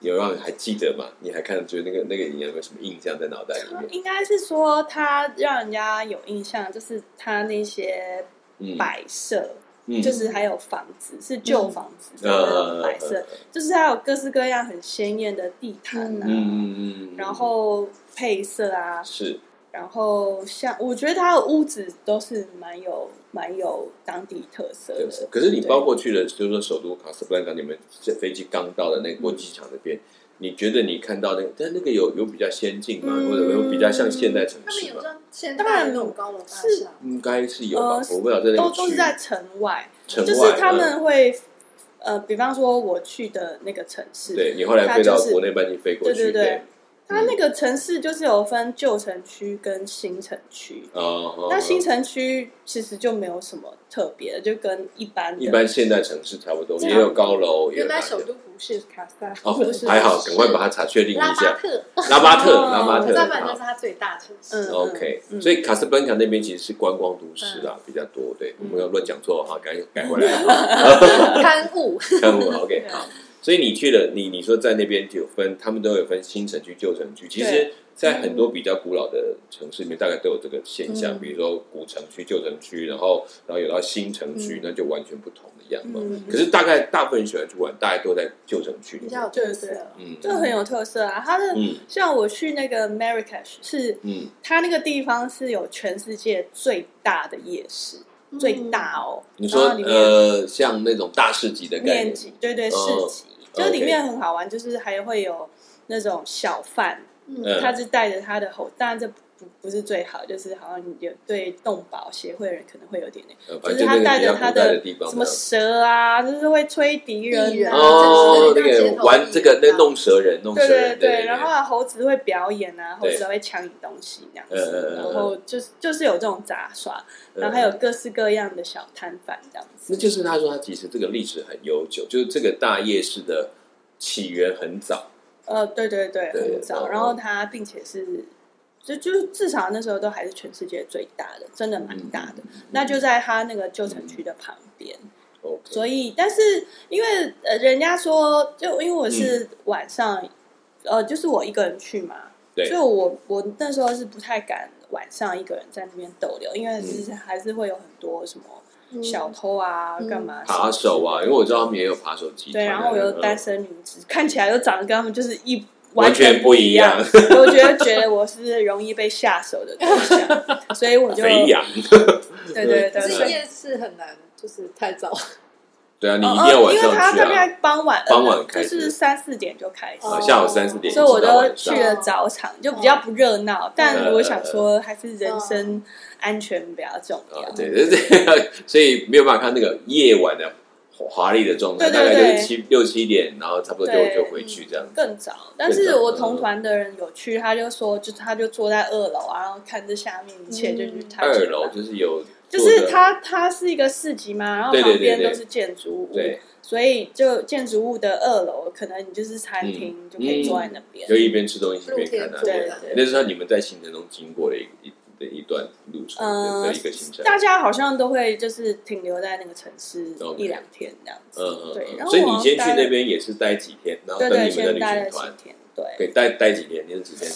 [SPEAKER 1] 有让你还记得吗？你还看得觉得那个那个影有没有什么印象在脑袋里面？
[SPEAKER 3] 应该是说他让人家有印象，就是他那些
[SPEAKER 1] 嗯，
[SPEAKER 3] 摆设，
[SPEAKER 1] 嗯
[SPEAKER 3] 就是还有房子是旧房子的那种
[SPEAKER 1] 呃，
[SPEAKER 3] 摆设，就是还有各式各样很鲜艳的地毯啊，
[SPEAKER 1] 嗯嗯嗯，
[SPEAKER 3] 然后配色啊，
[SPEAKER 1] 是
[SPEAKER 3] 然后像我觉得它的屋子都是蛮有蛮有当地特色
[SPEAKER 1] 对
[SPEAKER 3] 的。
[SPEAKER 1] 可是你
[SPEAKER 3] 对
[SPEAKER 1] 包括去了，就是说首都卡斯布兰卡，你们这飞机刚到的那个国际机场那边，你觉得你看到那个，但那个有有比较先进吗？
[SPEAKER 3] 嗯哎
[SPEAKER 1] 或者有比较像现代城
[SPEAKER 2] 他们
[SPEAKER 1] 市
[SPEAKER 2] 有
[SPEAKER 1] 吗？
[SPEAKER 2] 装现
[SPEAKER 3] 当
[SPEAKER 2] 代
[SPEAKER 3] 然
[SPEAKER 2] 那种高楼大
[SPEAKER 3] 是
[SPEAKER 2] 厦，
[SPEAKER 1] 应该是有吧
[SPEAKER 3] 呃，
[SPEAKER 1] 我不知道在那
[SPEAKER 3] 都
[SPEAKER 1] 个
[SPEAKER 3] 都
[SPEAKER 1] 区
[SPEAKER 3] 是在城外，
[SPEAKER 1] 城外，
[SPEAKER 3] 就是他
[SPEAKER 1] 嗯
[SPEAKER 3] 们会呃，比方说我去的那个城市，
[SPEAKER 1] 对你后来飞
[SPEAKER 3] 它
[SPEAKER 1] 到
[SPEAKER 3] 就是
[SPEAKER 1] 国内班机飞过
[SPEAKER 3] 对
[SPEAKER 1] 去，
[SPEAKER 3] 对对，它那个城市就是有分旧城区跟新城区，
[SPEAKER 1] 哦，
[SPEAKER 3] 那新
[SPEAKER 1] 哦
[SPEAKER 3] 城区其实就没有什么特别的，就跟一般的啊
[SPEAKER 1] 一般现代城市差不多，
[SPEAKER 2] 这样
[SPEAKER 1] 也有高楼，也有
[SPEAKER 2] 原来
[SPEAKER 1] 大厦
[SPEAKER 2] 首都不是卡萨，
[SPEAKER 1] 哦
[SPEAKER 3] 不是，
[SPEAKER 1] 还好，赶快把它查确定一
[SPEAKER 2] 啊拉巴
[SPEAKER 1] 下。
[SPEAKER 2] 特，
[SPEAKER 1] 拉巴特，
[SPEAKER 3] 哦
[SPEAKER 1] 拉巴特，
[SPEAKER 2] 拉巴特
[SPEAKER 1] 好
[SPEAKER 2] 是它最大城市。
[SPEAKER 3] 嗯
[SPEAKER 1] OK，
[SPEAKER 3] 嗯
[SPEAKER 1] 所以卡斯布兰卡那边其实是观光都市啦，比较多。对，
[SPEAKER 3] 嗯
[SPEAKER 1] 我们要乱讲错哈，赶紧改回来。 哦
[SPEAKER 2] 刊物，
[SPEAKER 1] 看我 OK，
[SPEAKER 3] 对
[SPEAKER 1] 好。所以你去了，你你说在那边就有分，他们都有分新城区、旧城区。其实
[SPEAKER 3] 对，
[SPEAKER 1] 在很多比较古老的城市里面，大概都有这个现象，
[SPEAKER 3] 嗯
[SPEAKER 1] 比如说古城区、旧城区，然后然后有到新城区
[SPEAKER 3] 嗯，
[SPEAKER 1] 那就完全不同的样貌。
[SPEAKER 3] 嗯
[SPEAKER 1] 可是大概大部分人喜欢去玩，大概都在旧城区里
[SPEAKER 2] 比
[SPEAKER 1] 面。
[SPEAKER 2] 较有特色。
[SPEAKER 1] 嗯，
[SPEAKER 3] 就很有特色啊。它的、
[SPEAKER 1] 嗯
[SPEAKER 3] 像我去那个 Marrakesh，是
[SPEAKER 1] 嗯
[SPEAKER 3] 它那个地方是有全世界最大的夜市，最大哦。
[SPEAKER 1] 嗯你说
[SPEAKER 3] 然后里面
[SPEAKER 1] 呃，像那种大市集的概
[SPEAKER 3] 面
[SPEAKER 1] 念，
[SPEAKER 3] 积，对对市
[SPEAKER 1] 哦
[SPEAKER 3] 集，就里面很好玩，就是还会有那种小贩，
[SPEAKER 2] 嗯，
[SPEAKER 1] 嗯
[SPEAKER 3] 他是带着他的猴，当然这不不是最好，就是好像有对动保协会的人可能会有点那个，
[SPEAKER 1] 呃反
[SPEAKER 3] 就是
[SPEAKER 1] 正
[SPEAKER 3] 他
[SPEAKER 1] 那个
[SPEAKER 3] 带
[SPEAKER 1] 比较
[SPEAKER 3] 着
[SPEAKER 1] 古
[SPEAKER 3] 他
[SPEAKER 1] 代的地方
[SPEAKER 3] 什
[SPEAKER 1] 嘛
[SPEAKER 3] 么。蛇啊，就是会吹笛
[SPEAKER 2] 笛
[SPEAKER 3] 人
[SPEAKER 2] 人
[SPEAKER 3] 啊，
[SPEAKER 1] 哦，那
[SPEAKER 2] 就是那个街
[SPEAKER 1] 个
[SPEAKER 2] 头
[SPEAKER 1] 玩
[SPEAKER 2] 艺
[SPEAKER 1] 这个那
[SPEAKER 2] 人啊
[SPEAKER 1] 弄蛇人，弄蛇
[SPEAKER 3] 对对
[SPEAKER 1] 人，对
[SPEAKER 3] 对，然后啊猴子会表演啊，猴
[SPEAKER 1] 对
[SPEAKER 3] 子还会抢你东西那样
[SPEAKER 1] 嗯嗯嗯
[SPEAKER 3] 子，
[SPEAKER 1] 嗯
[SPEAKER 3] 然后就是就是有这种杂耍，然后还有各式各样的小摊贩这样
[SPEAKER 1] 那
[SPEAKER 3] 子。
[SPEAKER 1] 就是他说他其实这个历史很悠久，就是这个大夜市的起源很早，
[SPEAKER 3] 呃，对对对，
[SPEAKER 1] 对嗯
[SPEAKER 3] 很早。
[SPEAKER 1] 嗯
[SPEAKER 3] 然后它并且是，就就是至少那时候都还是全世界最大的，真的蛮大的。
[SPEAKER 1] 嗯
[SPEAKER 3] 那就在它那个旧城区的旁边，
[SPEAKER 1] OK，
[SPEAKER 3] 所以但是因为呃，人家说，就因为我是
[SPEAKER 1] 嗯
[SPEAKER 3] 晚上，呃，就是我一个人去嘛，
[SPEAKER 1] 对
[SPEAKER 3] 所以我我那时候是不太敢晚上一个人在那边逗留，因
[SPEAKER 1] 嗯
[SPEAKER 3] 为就是还是会有很多什么
[SPEAKER 2] 嗯
[SPEAKER 3] 小偷啊，
[SPEAKER 2] 嗯
[SPEAKER 3] 干嘛
[SPEAKER 1] 扒手啊，因为我知道他们也有扒手集团
[SPEAKER 3] 对，
[SPEAKER 1] 啊，
[SPEAKER 3] 然后我又单身女子，看起来又长得跟他们就是一
[SPEAKER 1] 完全
[SPEAKER 3] 全
[SPEAKER 1] 不一
[SPEAKER 3] 一
[SPEAKER 1] 样
[SPEAKER 3] 我觉得觉得我是容易被下手的对 象，所以我就
[SPEAKER 1] 肥羊，
[SPEAKER 3] 对对
[SPEAKER 2] 可
[SPEAKER 3] 对，所
[SPEAKER 2] 是
[SPEAKER 3] 以
[SPEAKER 2] 夜市很难，就是太早。
[SPEAKER 1] 对啊，你一
[SPEAKER 3] 哦
[SPEAKER 1] 定要
[SPEAKER 3] 哦
[SPEAKER 1] 晚
[SPEAKER 3] 因为
[SPEAKER 1] 上
[SPEAKER 3] 他
[SPEAKER 1] 去
[SPEAKER 3] 大
[SPEAKER 1] 啊，
[SPEAKER 3] 概傍晚呃
[SPEAKER 1] 傍晚开
[SPEAKER 3] 就
[SPEAKER 1] 始
[SPEAKER 3] 是三四点就开始。
[SPEAKER 1] 啊
[SPEAKER 2] 哦
[SPEAKER 1] 下午三四点，
[SPEAKER 3] 所以我
[SPEAKER 1] 一直到
[SPEAKER 3] 都
[SPEAKER 1] 晚上嗯
[SPEAKER 3] 去了早场，就比较不热闹。但我想说，还是人身安全比较重
[SPEAKER 1] 啊
[SPEAKER 3] 要。，
[SPEAKER 1] 对对对，所以没有办法看那个夜晚的华丽的状态，
[SPEAKER 3] 对
[SPEAKER 1] 大概
[SPEAKER 3] 对
[SPEAKER 1] 就是
[SPEAKER 3] 对
[SPEAKER 1] 七六七点，然后差不多就
[SPEAKER 3] 对嗯
[SPEAKER 1] 就回去这样。
[SPEAKER 3] 更早，但是
[SPEAKER 1] 嗯
[SPEAKER 3] 我同团的人有去，他就说，就他就坐在二楼啊，然后看着下面一切，
[SPEAKER 2] 嗯
[SPEAKER 3] 就去探
[SPEAKER 1] 二
[SPEAKER 3] 索
[SPEAKER 1] 楼就是有
[SPEAKER 3] 就
[SPEAKER 1] 做的
[SPEAKER 3] 是它，它是一个市集嘛，然后
[SPEAKER 1] 对对
[SPEAKER 3] 旁
[SPEAKER 1] 对
[SPEAKER 3] 边
[SPEAKER 1] 对
[SPEAKER 3] 都是建筑物，
[SPEAKER 1] 对，
[SPEAKER 3] 所以就建筑物的二楼，可能你就是餐厅，就可以坐在那边。
[SPEAKER 1] 嗯就一边吃东西一
[SPEAKER 2] 露
[SPEAKER 1] 边
[SPEAKER 2] 天
[SPEAKER 1] 看啊。
[SPEAKER 2] 座
[SPEAKER 3] 对
[SPEAKER 2] 的
[SPEAKER 3] 对
[SPEAKER 1] 那时候你们在行程中经过了一一的一段路程
[SPEAKER 3] 嗯
[SPEAKER 1] 的的一个行程，
[SPEAKER 3] 大家好像都会就是停留在那个城市
[SPEAKER 1] OK
[SPEAKER 3] 一两天这样子。
[SPEAKER 1] 嗯嗯
[SPEAKER 3] 对，然
[SPEAKER 1] 嗯，
[SPEAKER 3] 后
[SPEAKER 1] 所以
[SPEAKER 3] 我
[SPEAKER 1] 你
[SPEAKER 3] 好像
[SPEAKER 1] 先去
[SPEAKER 3] 待了
[SPEAKER 1] 那，边也是待几天，然后
[SPEAKER 3] 对
[SPEAKER 1] 哦等
[SPEAKER 3] 对，
[SPEAKER 1] 你们的
[SPEAKER 3] 先
[SPEAKER 1] 旅
[SPEAKER 3] 待了
[SPEAKER 1] 行
[SPEAKER 3] 几
[SPEAKER 1] 团，
[SPEAKER 3] 天，对，
[SPEAKER 1] 对，待待几天？你是几天？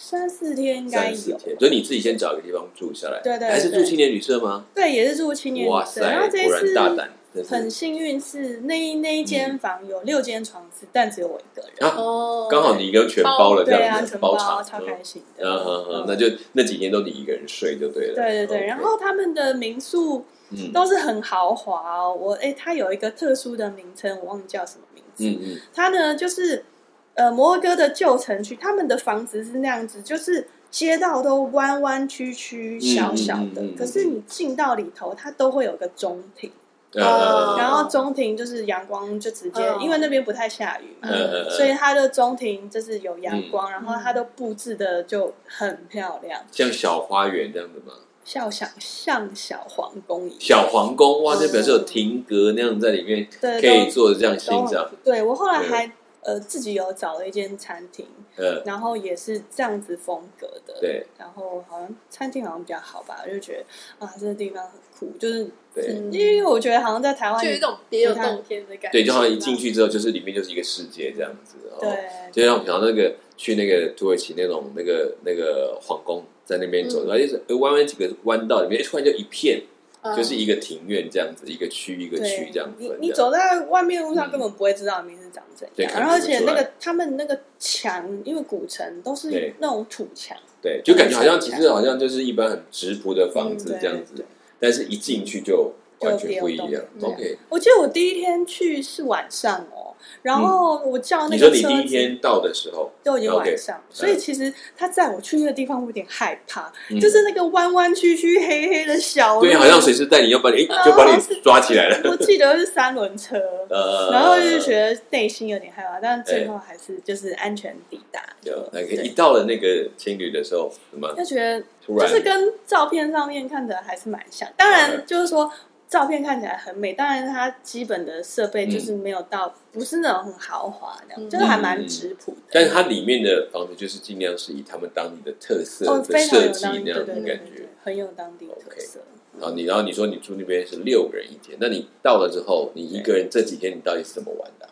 [SPEAKER 3] 三四天应该
[SPEAKER 1] 三四
[SPEAKER 3] 有。
[SPEAKER 1] 天，所以你自己先找一个地方住下来，
[SPEAKER 3] 对对对
[SPEAKER 1] 还是住青年旅社吗？
[SPEAKER 3] 对，也是住青年
[SPEAKER 1] 哇
[SPEAKER 3] 旅
[SPEAKER 1] 塞
[SPEAKER 3] 社，然后，这一
[SPEAKER 1] 果然大
[SPEAKER 3] 次
[SPEAKER 1] 胆，真是
[SPEAKER 3] 很幸运是那一那一间房有六间床次，但只有我一个人。
[SPEAKER 1] 啊，
[SPEAKER 2] 哦，
[SPEAKER 1] 刚好你一个人全包了这
[SPEAKER 3] 对啊，
[SPEAKER 1] 样子，
[SPEAKER 3] 全包
[SPEAKER 1] 场，
[SPEAKER 3] 超开心的。
[SPEAKER 1] 嗯嗯嗯，那就那几天都你一个人睡就对了。
[SPEAKER 3] 对对对，
[SPEAKER 1] OK
[SPEAKER 3] 然后他们的民宿
[SPEAKER 1] 嗯
[SPEAKER 3] 都是很豪华哦。我哎，它有一个特殊的名称，我忘记叫什么名字。
[SPEAKER 1] 嗯嗯，
[SPEAKER 3] 它呢就是呃摩洛哥的旧城区，他们的房子是那样子，就是街道都弯弯曲曲、小小的，
[SPEAKER 1] 嗯嗯嗯嗯
[SPEAKER 3] 可是你进到里头，它都会有个中庭，
[SPEAKER 1] 呃，
[SPEAKER 3] 然后中庭就是阳光就直接，
[SPEAKER 1] 哦
[SPEAKER 2] 嗯
[SPEAKER 3] 因为那边不太下雨嘛。
[SPEAKER 1] 嗯嗯，
[SPEAKER 3] 所以它的中庭就是有阳光，然后它都布置的就很漂亮，
[SPEAKER 1] 像小花园这样子嘛，
[SPEAKER 3] 像小像小皇宫一样。
[SPEAKER 1] 小皇宫哇，这表示有亭阁那样在里面，
[SPEAKER 3] 嗯对，
[SPEAKER 1] 可以做这样欣
[SPEAKER 3] 都
[SPEAKER 1] 赏。
[SPEAKER 3] 对我后来还呃自己有找了一间餐厅，
[SPEAKER 1] 嗯，
[SPEAKER 3] 然后也是这样子风格的。，
[SPEAKER 1] 对
[SPEAKER 3] 然后好像餐厅好像比较好吧，就觉得啊这个地方很酷，就是
[SPEAKER 1] 对
[SPEAKER 2] 嗯
[SPEAKER 3] 因为我觉得好像在台湾
[SPEAKER 2] 就有一种别有洞天的感觉。
[SPEAKER 1] 对，就好像一进去之后，就是里面就是一个世界这样子。哦，
[SPEAKER 3] 对
[SPEAKER 1] 就像我们想到那个去那个土耳其那种那个那个皇宫，在那边走，
[SPEAKER 2] 嗯
[SPEAKER 1] 然后就是弯弯几个弯道里面，哎突然就一片，
[SPEAKER 2] 嗯
[SPEAKER 1] 就是一个庭院这样子，一个区一个区
[SPEAKER 3] 对
[SPEAKER 1] 这样
[SPEAKER 3] 你
[SPEAKER 1] 分。
[SPEAKER 3] 你
[SPEAKER 1] 这样嗯
[SPEAKER 3] 走在外面路上根本不会知道里面是长怎
[SPEAKER 1] 对
[SPEAKER 3] 样，
[SPEAKER 1] 看
[SPEAKER 3] 然后而
[SPEAKER 1] 不出来
[SPEAKER 3] 且那个他们那个墙，因为古城都是
[SPEAKER 1] 对
[SPEAKER 3] 那种土墙，
[SPEAKER 1] 对，就感觉好像其实好像就是一般很直朴的房子这样
[SPEAKER 3] 嗯对
[SPEAKER 1] 子，但是一进去就完全不一
[SPEAKER 3] 就别
[SPEAKER 1] 样
[SPEAKER 3] 有。动
[SPEAKER 1] OK，
[SPEAKER 3] 我记得我第一天去是晚上哦，然后我叫
[SPEAKER 1] 嗯
[SPEAKER 3] 那
[SPEAKER 1] 你说
[SPEAKER 3] 个
[SPEAKER 1] 你
[SPEAKER 3] 车
[SPEAKER 1] 第一
[SPEAKER 3] 子，
[SPEAKER 1] 天到的时候，
[SPEAKER 3] 都已经
[SPEAKER 1] OK，
[SPEAKER 3] 晚上，所以其实他载我去那个地方，我有点害怕，
[SPEAKER 1] 嗯
[SPEAKER 3] 就是那个弯弯曲曲、黑黑的小路，
[SPEAKER 1] 对，好像随时带你要把你哎就把
[SPEAKER 3] 啊
[SPEAKER 1] 你
[SPEAKER 3] 是
[SPEAKER 1] 抓起来了，
[SPEAKER 3] 我记得是三轮车，
[SPEAKER 1] 呃， 哎
[SPEAKER 3] 然后就觉得内心有点害怕，但最后还是就是安全抵达。
[SPEAKER 1] 有那个
[SPEAKER 3] 对
[SPEAKER 1] 啊一到了那个青旅的时候，怎么
[SPEAKER 3] 就觉得
[SPEAKER 1] 呃突
[SPEAKER 3] 就
[SPEAKER 1] 然呃
[SPEAKER 3] 是跟照片上面看的还是蛮像，当然就是说。照片看起来很美，当然它基本的设备
[SPEAKER 1] 嗯
[SPEAKER 3] 就是没有到，不是那种很豪华那样，
[SPEAKER 2] 嗯
[SPEAKER 3] 就是还蛮质朴的。
[SPEAKER 1] 但是它里面的房子就是尽量是以他们当地的特色
[SPEAKER 3] 哦，
[SPEAKER 1] 的
[SPEAKER 3] 非常
[SPEAKER 1] 设
[SPEAKER 3] 有
[SPEAKER 1] 计
[SPEAKER 3] 当地，
[SPEAKER 1] 那
[SPEAKER 3] 对
[SPEAKER 1] 样
[SPEAKER 3] 对
[SPEAKER 1] 的
[SPEAKER 3] 对对
[SPEAKER 1] 感觉
[SPEAKER 3] 对。，很有当地特色。
[SPEAKER 1] 然后你，然后你说你住那边是六个人一间，那你到了之后，你一个人这几天你到底是怎么玩的啊？